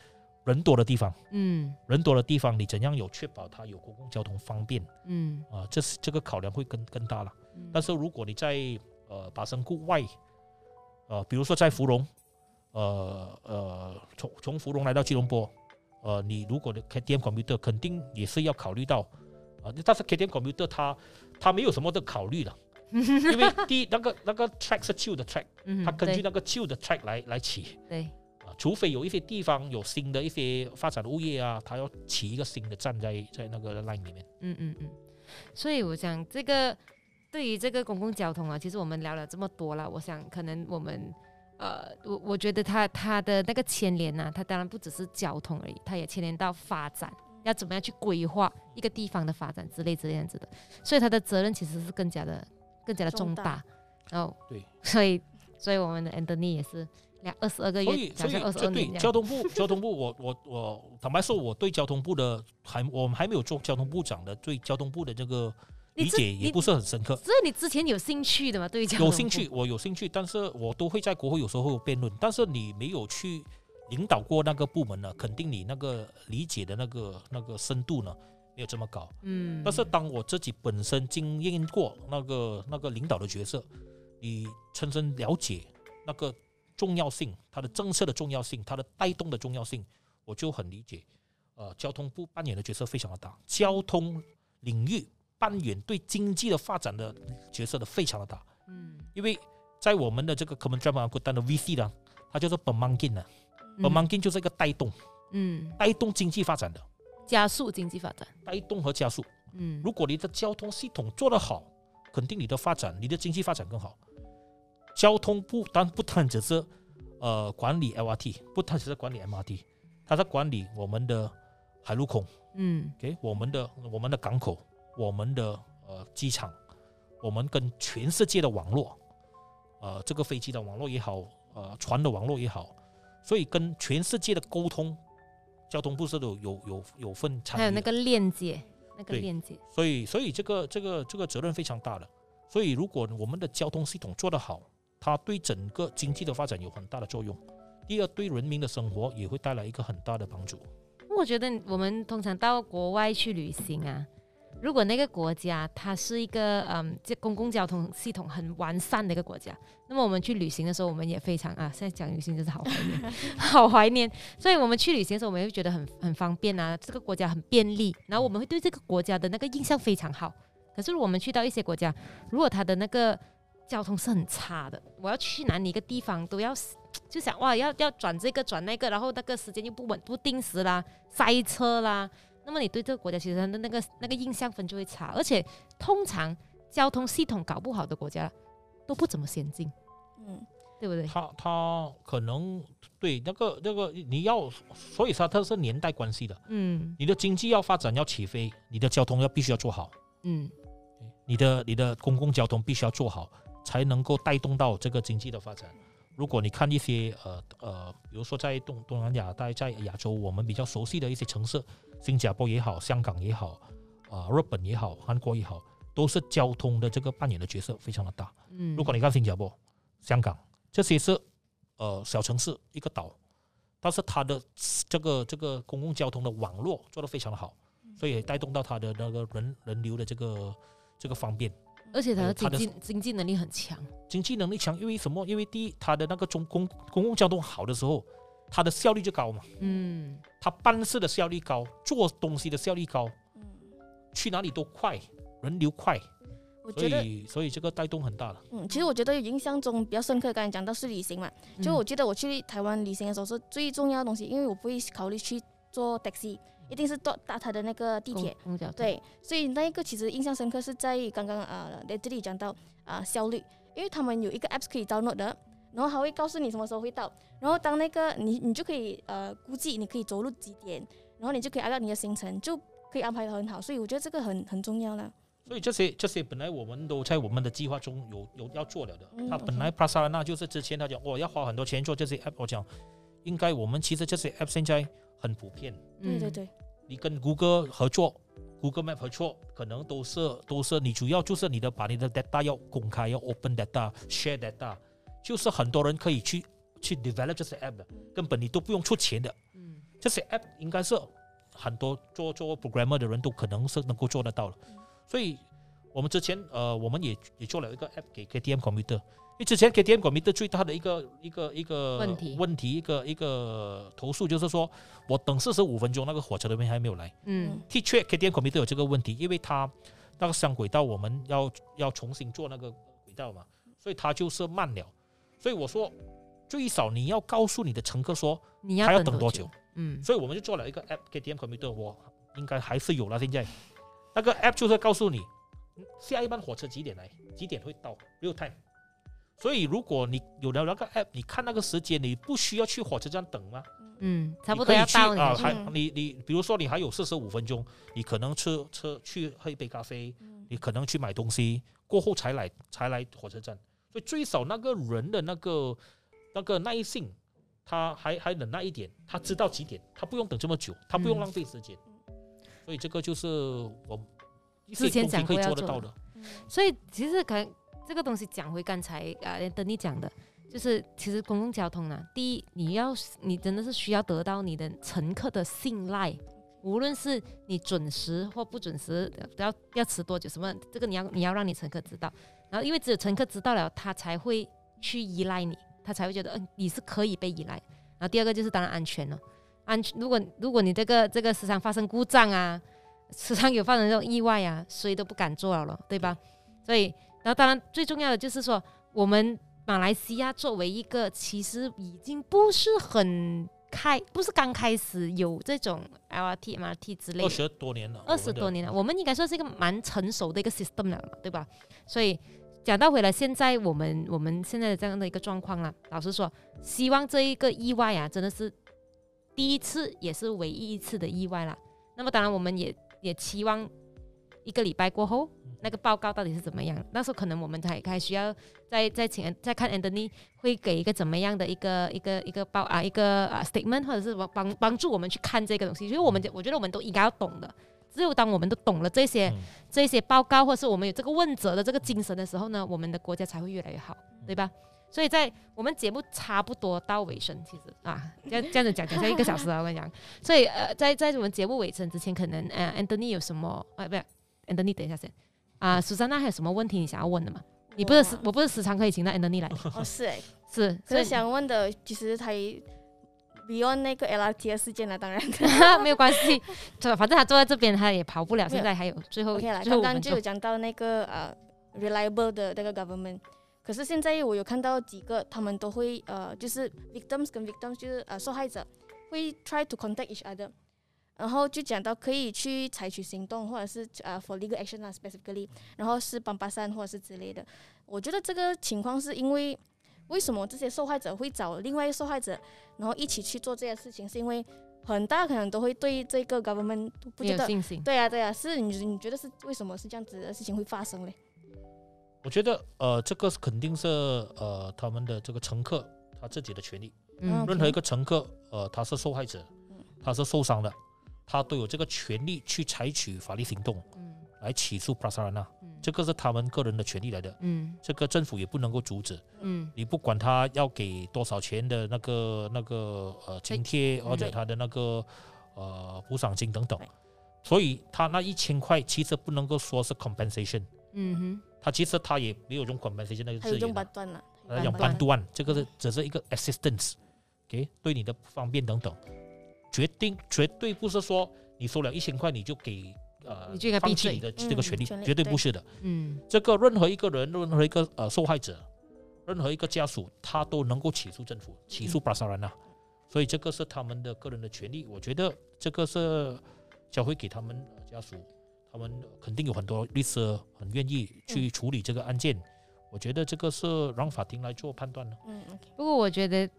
[SPEAKER 1] 人多的地方，
[SPEAKER 2] 嗯
[SPEAKER 1] 人多的地方你怎样有确保它有公共交通方便
[SPEAKER 2] 嗯，
[SPEAKER 1] 啊？这是这个考量会更更大了。
[SPEAKER 2] 嗯
[SPEAKER 1] 但是如果你在呃巴生谷外，呃，比如说在芙蓉，呃呃，从从芙蓉来到吉隆坡，呃，你如果你 KTM computer 肯定也是要考虑到啊、但是 KTM computer 它它没有什么的考虑了。因为第一，那个那个 track 是旧的 track，
[SPEAKER 2] 嗯
[SPEAKER 1] 它根据
[SPEAKER 2] 对
[SPEAKER 1] 那个旧的 track 来来起
[SPEAKER 2] 对，
[SPEAKER 1] 啊，除非有一些地方有新的一些发展物业啊，它要起一个新的站在在那个 line 里面。
[SPEAKER 2] 嗯嗯嗯，所以我讲这个对于这个公共交通啊，其实我们聊了这么多了，我想可能我们呃，我我觉得它它的那个牵连呐、它当然不只是交通而已，它也牵连到发展，要怎么样去规划一个地方的发展之类这样子的，所以它的责任其实是更加的更加的重
[SPEAKER 3] 重大
[SPEAKER 2] 大。然后
[SPEAKER 1] 对，
[SPEAKER 2] 所以所以我们的 Anthony 也是两二十二个
[SPEAKER 1] 所
[SPEAKER 2] 月，
[SPEAKER 1] 以
[SPEAKER 2] 假
[SPEAKER 1] 所以
[SPEAKER 2] 设二十
[SPEAKER 1] 这
[SPEAKER 2] 二
[SPEAKER 1] 对
[SPEAKER 2] 年这
[SPEAKER 1] 交
[SPEAKER 2] 样。
[SPEAKER 1] 通部交通部，我我我坦白说，我对交通部的还我们还没有做交通部长的，对交通部的这个
[SPEAKER 2] 你
[SPEAKER 1] 理
[SPEAKER 2] 这
[SPEAKER 1] 解也
[SPEAKER 2] 你
[SPEAKER 1] 不是很深刻。
[SPEAKER 2] 所以你之前有兴趣的嘛？对于交通
[SPEAKER 1] 有兴
[SPEAKER 2] 部
[SPEAKER 1] 趣，我有兴趣，但是我都会在国会有时候辩论，但是你没有去领导过那个部门呢，肯定你那个理解的那个那个深度呢没有这么高。
[SPEAKER 2] 嗯，
[SPEAKER 1] 但是当我自己本身经验过那个那个领导的角色，你深深了解那个重要性，它的政策的重要性，它的带动的重要性，我就很理解。呃，交通部扮演的角色非常的大，交通领域扮演对经济的发展的角色的非常的大，
[SPEAKER 2] 嗯，
[SPEAKER 1] 因为在我们的这个 Common Drive 孤单的 VC 呢，它叫做 b e m a n g i n 呢 b e m a n
[SPEAKER 2] 嗯
[SPEAKER 1] g i n 就是一个带动，
[SPEAKER 2] 嗯，
[SPEAKER 1] 带动经济发展的，
[SPEAKER 2] 加速经济发展，
[SPEAKER 1] 带动和加速。
[SPEAKER 2] 嗯，
[SPEAKER 1] 如果你的交通系统做得好，肯定你的发展、你的经济发展更好。交通不单不单只是呃管理 LRT，不单只是管理 MRT，它在管理我们的海陆空
[SPEAKER 2] 嗯
[SPEAKER 1] ，OK，我们的我们的港口，我们的呃机场，我们跟全世界的网络，呃，这个飞机的网络也好，呃，船的网络也好，所以跟全世界的沟通，交通部是有有有有份参与的。
[SPEAKER 2] 还有那个链接，那个
[SPEAKER 1] 对
[SPEAKER 2] 链接，
[SPEAKER 1] 所以，所以这个这个这个责任非常大的。所以，如果我们的交通系统做得好，它对整个经济的发展有很大的作用。第二，对人民的生活也会带来一个很大的帮助。
[SPEAKER 2] 我觉得我们通常到国外去旅行啊，如果那个国家它是一个嗯，这公共交通系统很完善的一个国家，那么我们去旅行的时候，我们也非常啊，现在讲旅行就是好怀念，好怀念。所以我们去旅行的时候，我们会觉得很很方便啊，这个国家很便利，然后我们会对这个国家的那个印象非常好。可是如果我们去到一些国家，如果它的那个交通是很差的，我要去哪里一个地方都要就想哇，要要转这个转那个，然后那个时间又不稳不定时啦，塞车啦。那么你对这个国家其实它的那个那个印象分就会差，而且通常交通系统搞不好的国家都不怎么先进，
[SPEAKER 3] 嗯，
[SPEAKER 2] 对不对？
[SPEAKER 1] 它它可能对那个那个你要，所以它它是年代关系的。
[SPEAKER 2] 嗯
[SPEAKER 1] 你的经济要发展要起飞，你的交通要必须要做好，
[SPEAKER 2] 嗯
[SPEAKER 1] 你的你的公共交通必须要做好，才能够带动到这个经济的发展。如果你看一些呃呃，比如说在东东南亚，在在亚洲，我们比较熟悉的一些城市，新加坡也好，香港也好，啊、日本也好，韩国也好，都是交通的这个扮演的角色非常的大。
[SPEAKER 2] 嗯。
[SPEAKER 1] 如果你看新加坡、香港这些是呃小城市一个岛，但是它的这个这个公共交通的网络做得非常的好，所以也带动到它的那个人人流的这个这个方便。
[SPEAKER 2] 而且它的
[SPEAKER 1] 还有它
[SPEAKER 2] 经
[SPEAKER 1] 的
[SPEAKER 2] 济经济能力很强，
[SPEAKER 1] 经济能力强，因为什么？因为第一，它的那个中公公共交通好的时候，它的效率就高嘛，
[SPEAKER 2] 嗯
[SPEAKER 1] 它办事的效率高，做东西的效率高，
[SPEAKER 3] 嗯，
[SPEAKER 1] 去哪里都快，人流快，
[SPEAKER 3] 我
[SPEAKER 1] 所
[SPEAKER 3] 觉得，
[SPEAKER 1] 以所以这个带动很大了。
[SPEAKER 3] 嗯，其实我觉得印象中比较深刻，刚才讲到是旅行嘛，
[SPEAKER 2] 嗯
[SPEAKER 3] 就我记得我去台湾旅行的时候是最重要的东西，因为我不会考虑去坐 taxi，一定是坐搭他的那个地
[SPEAKER 2] 地
[SPEAKER 3] 铁。
[SPEAKER 2] 公交，
[SPEAKER 3] 对，所以那一个其实印象深刻是在于刚刚呃在这里讲到啊、呃效率，因为他们有一个 app 可以 download 的，然后还会告诉你什么时候会到，然后当那个你你就可以呃估计你可以走路几点，然后你就可以按照你的行程就可以安排的很好，所以我觉得这个很很重要啦。
[SPEAKER 1] 所以这些这些本来我们都在我们的计划中有有要做了的。
[SPEAKER 3] 嗯
[SPEAKER 1] 他本来帕萨拉纳就是之前他讲我、要花很多钱做这些 app，我讲应该我们其实这些 app 现在很普遍，
[SPEAKER 3] 对对
[SPEAKER 2] 嗯，
[SPEAKER 3] 对，
[SPEAKER 1] 你跟谷歌合作，Google Map 合作，可能都是都是你主要就是你的把你的 data 要公开，要 open data、share data，就是很多人可以去去 develop 这些 app 的，根本你都不用出钱的。
[SPEAKER 2] 嗯
[SPEAKER 1] 这些 app 应该是很多做做 programmer 的人都可能是能够做得到的。
[SPEAKER 2] 嗯
[SPEAKER 1] 所以我们之前呃，我们也也做了一个 app 给 KTM Computer，因为之前 KTM Computer 最大的一个一个一个
[SPEAKER 2] 问题
[SPEAKER 1] 问题一个一个投诉就是说我等四十五分钟，那个火车的人还没有来。
[SPEAKER 2] 嗯
[SPEAKER 1] 的确，KTM Computer 有这个问题，因为它那个双轨道我们要要重新做那个轨道嘛，所以它就是慢了。所以我说，最少你要告诉你的乘客说，
[SPEAKER 2] 你
[SPEAKER 1] 他要
[SPEAKER 2] 等
[SPEAKER 1] 等多
[SPEAKER 2] 久
[SPEAKER 1] 久？？
[SPEAKER 2] 嗯
[SPEAKER 1] 所以我们就做了一个 app KTM Computer，我应该还是有了。现在那个 app 就是告诉你，下一班火车几点来，几点会到，real time。所以如果你有了那个 app，你看那个时间，你不需要去火车站等吗？
[SPEAKER 2] 嗯，差不
[SPEAKER 1] 你
[SPEAKER 2] 多
[SPEAKER 1] 可以
[SPEAKER 2] 要
[SPEAKER 1] 去
[SPEAKER 2] 到你
[SPEAKER 1] 啊，
[SPEAKER 2] 才去
[SPEAKER 1] 还
[SPEAKER 3] 嗯
[SPEAKER 1] 你你比如说你还有四十五分钟，你可能吃吃去喝一杯咖啡，
[SPEAKER 3] 嗯
[SPEAKER 1] 你可能去买东西，过后才来才来火车站，所以最少那个人的那个那个耐性，他还还忍耐一点，他知道几点，他不用等这么久，他不用
[SPEAKER 2] 嗯
[SPEAKER 1] 浪费时间，所以这个就是我一些
[SPEAKER 2] 之前
[SPEAKER 1] 东西
[SPEAKER 2] 讲
[SPEAKER 1] 可以
[SPEAKER 2] 过要
[SPEAKER 1] 做得
[SPEAKER 2] 做
[SPEAKER 1] 到
[SPEAKER 2] 的
[SPEAKER 1] 的。
[SPEAKER 3] 嗯
[SPEAKER 2] 所以其实可能这个东西讲回刚才啊，等你讲的，就是其实公共交通呢，第一你要你真的是需要得到你的乘客的信赖，无论是你准时或不准时，呃要要迟多久，什么这个你要你要让你乘客知道，然后因为只有乘客知道了，他才会去依赖你，他才会觉得嗯、你是可以被依赖。然后第二个就是当然安全了。安全，如果如果你这个这个时常发生故障啊， 时常有发生这种意外啊，谁都不敢做了了，对吧？所以，然后当然最重要的就是说，我们马来西亚作为一个其实已经不是很开，不是刚开始有这种 LRT、MRT 之类
[SPEAKER 1] 二
[SPEAKER 2] 的，
[SPEAKER 1] 十多年了，我
[SPEAKER 2] 二
[SPEAKER 1] 们
[SPEAKER 2] 十
[SPEAKER 1] 的
[SPEAKER 2] 多年了，我们应该算是一个蛮成熟的一个 system 了嘛，对吧？所以讲到回来，现在我们我们现在的这样的一个状况啦，老实说，希望这一个意外啊，真的是第一次，也是唯一一次的意外啦。那么当然，我们也也期望一个礼拜过后，那个报告到底是怎么样？那时候可能我们还还需要再再请再看 Anthony 会给一个怎么样的一个一个一个报啊一个啊 statement，或者是帮帮帮助我们去看这个东西。因为我们我觉得我们都应该要懂的。只有当我们都懂了这些、
[SPEAKER 1] 嗯
[SPEAKER 2] 这些报告，或是我们有这个问责的这个精神的时候呢，我们的国家才会越来越好，
[SPEAKER 3] 嗯
[SPEAKER 2] 对吧？所以在我们节目差不多到尾声，其实啊，这 样这样子讲讲下一个小时啊，我跟你讲。所以呃，在在我们节目尾声之前，可能呃，Anthony 有什么呃，不是 Anthony，等一下先啊，苏珊娜还有什么问题你想要问的吗？你不是时
[SPEAKER 3] 嗯哇
[SPEAKER 2] 我不是时常可以请到 Anthony 来，
[SPEAKER 3] 哦是哎，
[SPEAKER 2] 是，
[SPEAKER 3] 可
[SPEAKER 2] 所以
[SPEAKER 3] 是想问的其实还 beyond 那个 LRT 的事件了，啊当然
[SPEAKER 2] 没有关系，就反正他坐在这边，他也跑不了，现在还有最后
[SPEAKER 3] OK 啦。
[SPEAKER 2] 最后
[SPEAKER 3] 刚
[SPEAKER 2] 五分
[SPEAKER 3] 刚就有
[SPEAKER 2] 钟，
[SPEAKER 3] 讲到那个呃 reliable 的那个 government，可是现在我有看到几个他们都会呃就是 victims 跟 victims 就是呃受害者会 try to contact each other。然后就讲到可以去采取行动，或者是呃 for legal action 啊 specifically，然后是帮巴山或者是之类的。我觉得这个情况是因为为什么这些受害者会找另外一个受害者，然后一起去做这些事情，是因为很大可能都会对这个 government 不
[SPEAKER 2] 没
[SPEAKER 3] 觉
[SPEAKER 2] 有
[SPEAKER 3] 得
[SPEAKER 2] 信心。
[SPEAKER 3] 对呀、啊对呀、是你你觉得是为什么是这样子的事情会发生嘞？
[SPEAKER 1] 我觉得呃，这个肯定是呃他们的这个乘客他自己的权利，
[SPEAKER 2] 嗯
[SPEAKER 3] 嗯，
[SPEAKER 1] 任何一个乘客，呃，他是受害者，他是受伤的，他都有这个权利去采取法律行动
[SPEAKER 2] 嗯
[SPEAKER 1] 来起诉巴塞罗那，
[SPEAKER 2] 嗯
[SPEAKER 1] 这个是他们个人的权利来的，
[SPEAKER 2] 嗯
[SPEAKER 1] 这个政府也不能够阻止。
[SPEAKER 2] 嗯
[SPEAKER 1] 你不管他要给多少钱的那个那个呃津贴，或者
[SPEAKER 2] 对
[SPEAKER 1] 他的那个呃补偿金等等
[SPEAKER 3] 对，
[SPEAKER 1] 所以他那一千块其实不能够说是 compensation，
[SPEAKER 2] 嗯
[SPEAKER 1] 他其实他也没有用 compensation 那个
[SPEAKER 3] 还
[SPEAKER 1] 字
[SPEAKER 3] 有
[SPEAKER 1] 眼
[SPEAKER 3] 用
[SPEAKER 1] 啊
[SPEAKER 3] 板。断了，
[SPEAKER 1] 来讲
[SPEAKER 2] 板
[SPEAKER 1] 判断，这
[SPEAKER 2] 嗯
[SPEAKER 1] 个是只是一个 assistance，OK，、对你的不方便等等，决定绝对不是说你收了一千块你就给呃
[SPEAKER 2] 你就应该闭
[SPEAKER 1] 放弃
[SPEAKER 2] 嘴
[SPEAKER 1] 你的这个权利，
[SPEAKER 3] 嗯权利
[SPEAKER 1] 绝对
[SPEAKER 3] 对
[SPEAKER 1] 不是的。
[SPEAKER 2] 哼嗯
[SPEAKER 1] 这个任何一个人，任何一个呃受害者，任何一个家属，他都能够起诉政府，起诉巴塞罗那，所以这个是他们的个人的权利。我觉得这个是教会给他们呃家属，他们肯定有很多律师很愿意去处理这个案件。我觉得这个是让法庭来做判断的。
[SPEAKER 3] 嗯，OK，
[SPEAKER 2] 不过我觉得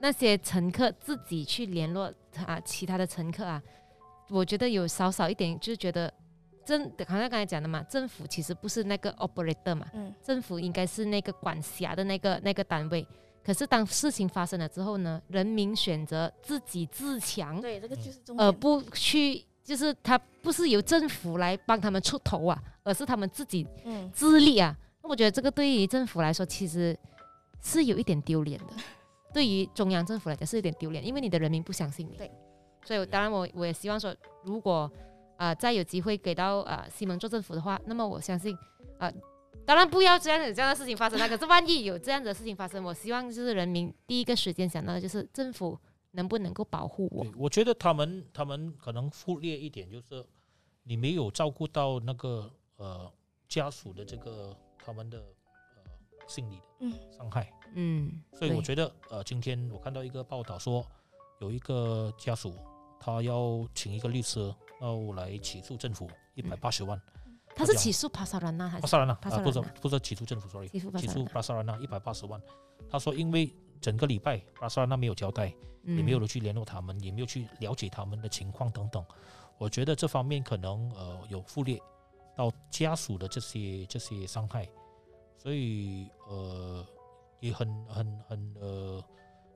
[SPEAKER 2] 那些乘客自己去联络啊，其他的乘客啊，我觉得有少少一点，就是觉得政，好像刚才讲的嘛，政府其实不是那个 operator 嘛，
[SPEAKER 3] 嗯
[SPEAKER 2] 政府应该是那个管辖的那个那个单位。可是当事情发生了之后呢，人民选择自己自强，
[SPEAKER 3] 对，这个就是重点。
[SPEAKER 2] 而嗯呃不去，就是他不是由政府来帮他们出头啊，而是他们自己
[SPEAKER 3] 嗯，
[SPEAKER 2] 资历啊，那我觉得这个对于政府来说其实是有一点丢脸的，对于中央政府来讲是有点丢脸，因为你的人民不相信你
[SPEAKER 3] 对。
[SPEAKER 2] 所以我当然我我也希望说，如果啊再有机会给到啊西蒙做政府的话，那么我相信啊、当然不要这样有这样的事情发生啊。可是万一有这样的事情发生，我希望就是人民第一个时间想到的就是政府能不能够保护我
[SPEAKER 1] 对。，我觉得他们他们可能忽略一点，就是你没有照顾到那个呃家属的这个他们的呃心理
[SPEAKER 3] 嗯
[SPEAKER 1] 的伤害。
[SPEAKER 2] 嗯，
[SPEAKER 1] 所以
[SPEAKER 2] 对
[SPEAKER 1] 我觉得，呃，今天我看到一个报道说，有一个家
[SPEAKER 2] 嗯
[SPEAKER 1] 属他要请一个律师要来起诉政府一百八十万，
[SPEAKER 2] 他是起诉帕萨兰纳还
[SPEAKER 1] 巴
[SPEAKER 2] 是
[SPEAKER 1] 塞罗那
[SPEAKER 2] 巴
[SPEAKER 1] 啊，
[SPEAKER 2] 塞
[SPEAKER 1] 不
[SPEAKER 2] 罗
[SPEAKER 1] 是
[SPEAKER 2] 那
[SPEAKER 1] 不是起诉政府，sorry，
[SPEAKER 2] 起诉帕
[SPEAKER 1] 起
[SPEAKER 2] 萨
[SPEAKER 1] 诉
[SPEAKER 2] 兰纳？
[SPEAKER 1] 巴塞罗那一百八十万。他说，因为整个礼拜巴塞罗那没有交代，也
[SPEAKER 2] 嗯，
[SPEAKER 1] 没有人去联络他们，也没有去了解他们的情况等等。我觉得这方面可能呃有忽略到家属的这些这些伤害，所以呃也很很很呃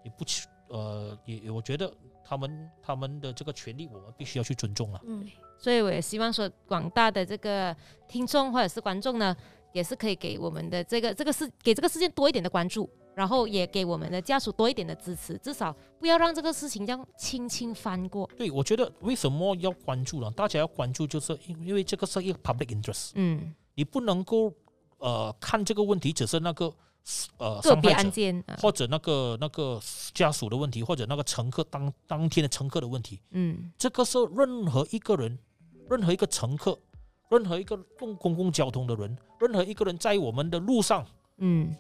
[SPEAKER 1] 也不去呃也也我觉得他们他们的这个权利我们必须要去尊重了。
[SPEAKER 3] 嗯，
[SPEAKER 2] 所以我也希望说，广大的这个听众或者是观众呢，也是可以给我们的这个这个事给这个事件多一点的关注，然后也给我们的家属多一点的支持，至少不要让这个事情这样轻轻翻过。
[SPEAKER 1] 对，我觉得为什么要关注呢？大家要关注，就是因因为这个是一个 public interest，
[SPEAKER 2] 嗯，
[SPEAKER 1] 你不能够呃看这个问题只是那个呃
[SPEAKER 2] 个
[SPEAKER 1] 伤
[SPEAKER 2] 别
[SPEAKER 1] 害者
[SPEAKER 2] 案件啊，
[SPEAKER 1] 或者那个那个家属的问题，或者那个乘客当当天的乘客的问题，
[SPEAKER 2] 嗯
[SPEAKER 1] 这个是任何一个人、任何一个乘客、任何一个用公共交通的人、任何一个人在我们的路上
[SPEAKER 2] 嗯，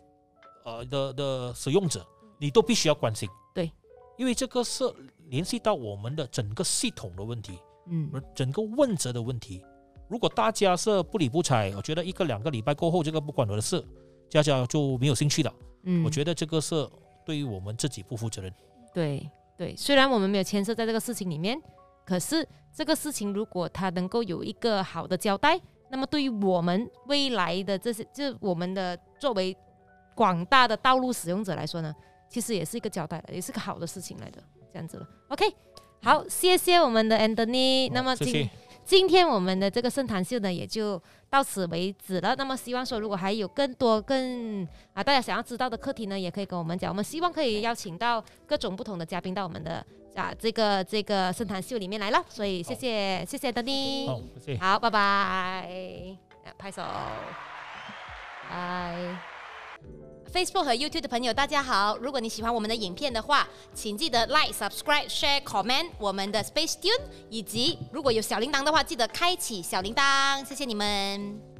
[SPEAKER 1] 呃的的使用者，你都必须要关心。
[SPEAKER 2] 对，
[SPEAKER 1] 因为这个是联系到我们的整个系统的问题，
[SPEAKER 2] 嗯
[SPEAKER 1] 而整个问责的问题。如果大家是不理不睬，我觉得一个两个礼拜过后，这个不管我的事，家家就没有兴趣了。
[SPEAKER 2] 嗯，
[SPEAKER 1] 我觉得这个是对于我们自己不负责任。
[SPEAKER 2] 对对，虽然我们没有牵涉在这个事情里面，可是这个事情如果它能够有一个好的交代，那么对于我们未来的这些，就是我们的作为广大的道路使用者来说呢，其实也是一个交代了，也是个好的事情来的，这样子了。OK，好，谢谢我们的 Anthony。那么
[SPEAKER 1] 谢
[SPEAKER 2] 今
[SPEAKER 1] 谢，
[SPEAKER 2] 今天我们的这个圣坛秀呢，也就到此为止了。那么希望说，如果还有更多更啊大家想要知道的课题呢，也可以跟我们讲。我们希望可以邀请到各种不同的嘉宾到我们的啊这个这个圣坛秀里面来了。所以谢谢谢谢丹妮，
[SPEAKER 1] 好，谢谢。
[SPEAKER 2] 好，拜拜，啊拍手，拜。
[SPEAKER 4] Facebook 和 YouTube 的朋友，大家好！如果你喜欢我们的影片的话，请记得 Like、Subscribe、Share、Comment 我们的 Space Tune，以及如果有小铃铛的话，记得开启小铃铛。谢谢你们。